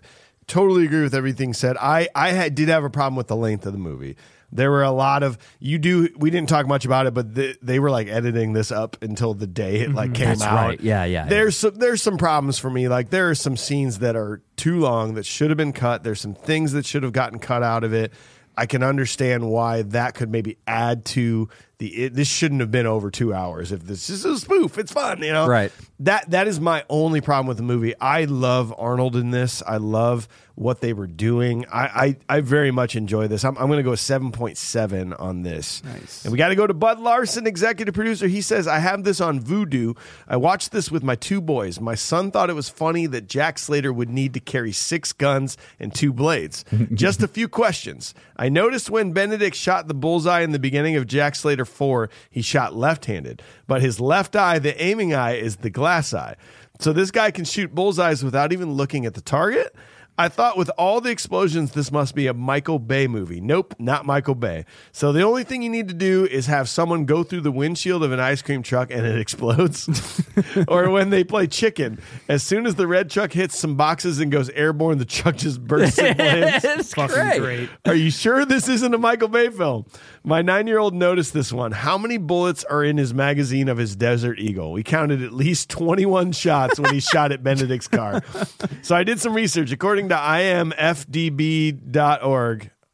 totally agree with everything said. I I had, did have a problem with the length of the movie. There were a lot of you do. We didn't talk much about it, but the, they were like editing this up until the day it like came
Mm-hmm. That's
out.
right. Yeah, yeah, yeah.
There's some there's some problems for me. Like there are some scenes that are too long that should have been cut. There's some things that should have gotten cut out of it. I can understand why that could maybe add to the. It, this shouldn't have been over two hours. If this, this is a spoof, it's fun, you know.
Right.
That that is my only problem with the movie. I love Arnold in this. I love what they were doing. I I, I very much enjoy this. I'm, I'm going to go seven point seven on this. Nice. And we got to go to Bud Larson, executive producer. He says I have this on Voodoo. I watched this with my two boys. My son thought it was funny that Jack Slater would need to carry six guns and two blades. Just a few questions. I noticed when Benedict shot the bullseye in the beginning of Jack Slater 4, he shot left handed, but his left eye, the aiming eye, is the glass eye. So this guy can shoot bullseyes without even looking at the target? I thought with all the explosions, this must be a Michael Bay movie. Nope, not Michael Bay. So the only thing you need to do is have someone go through the windshield of an ice cream truck and it [laughs] explodes. or when they play chicken, as soon as the red truck hits some boxes and goes airborne, the truck just bursts and lands.
[laughs] It's
Fucking
great.
great.
[laughs] Are you sure this isn't a Michael Bay film? My nine year old noticed this one. How many bullets are in his magazine of his Desert Eagle? We counted at least 21 shots when he shot at Benedict's car. So I did some research. According to imfdb.org,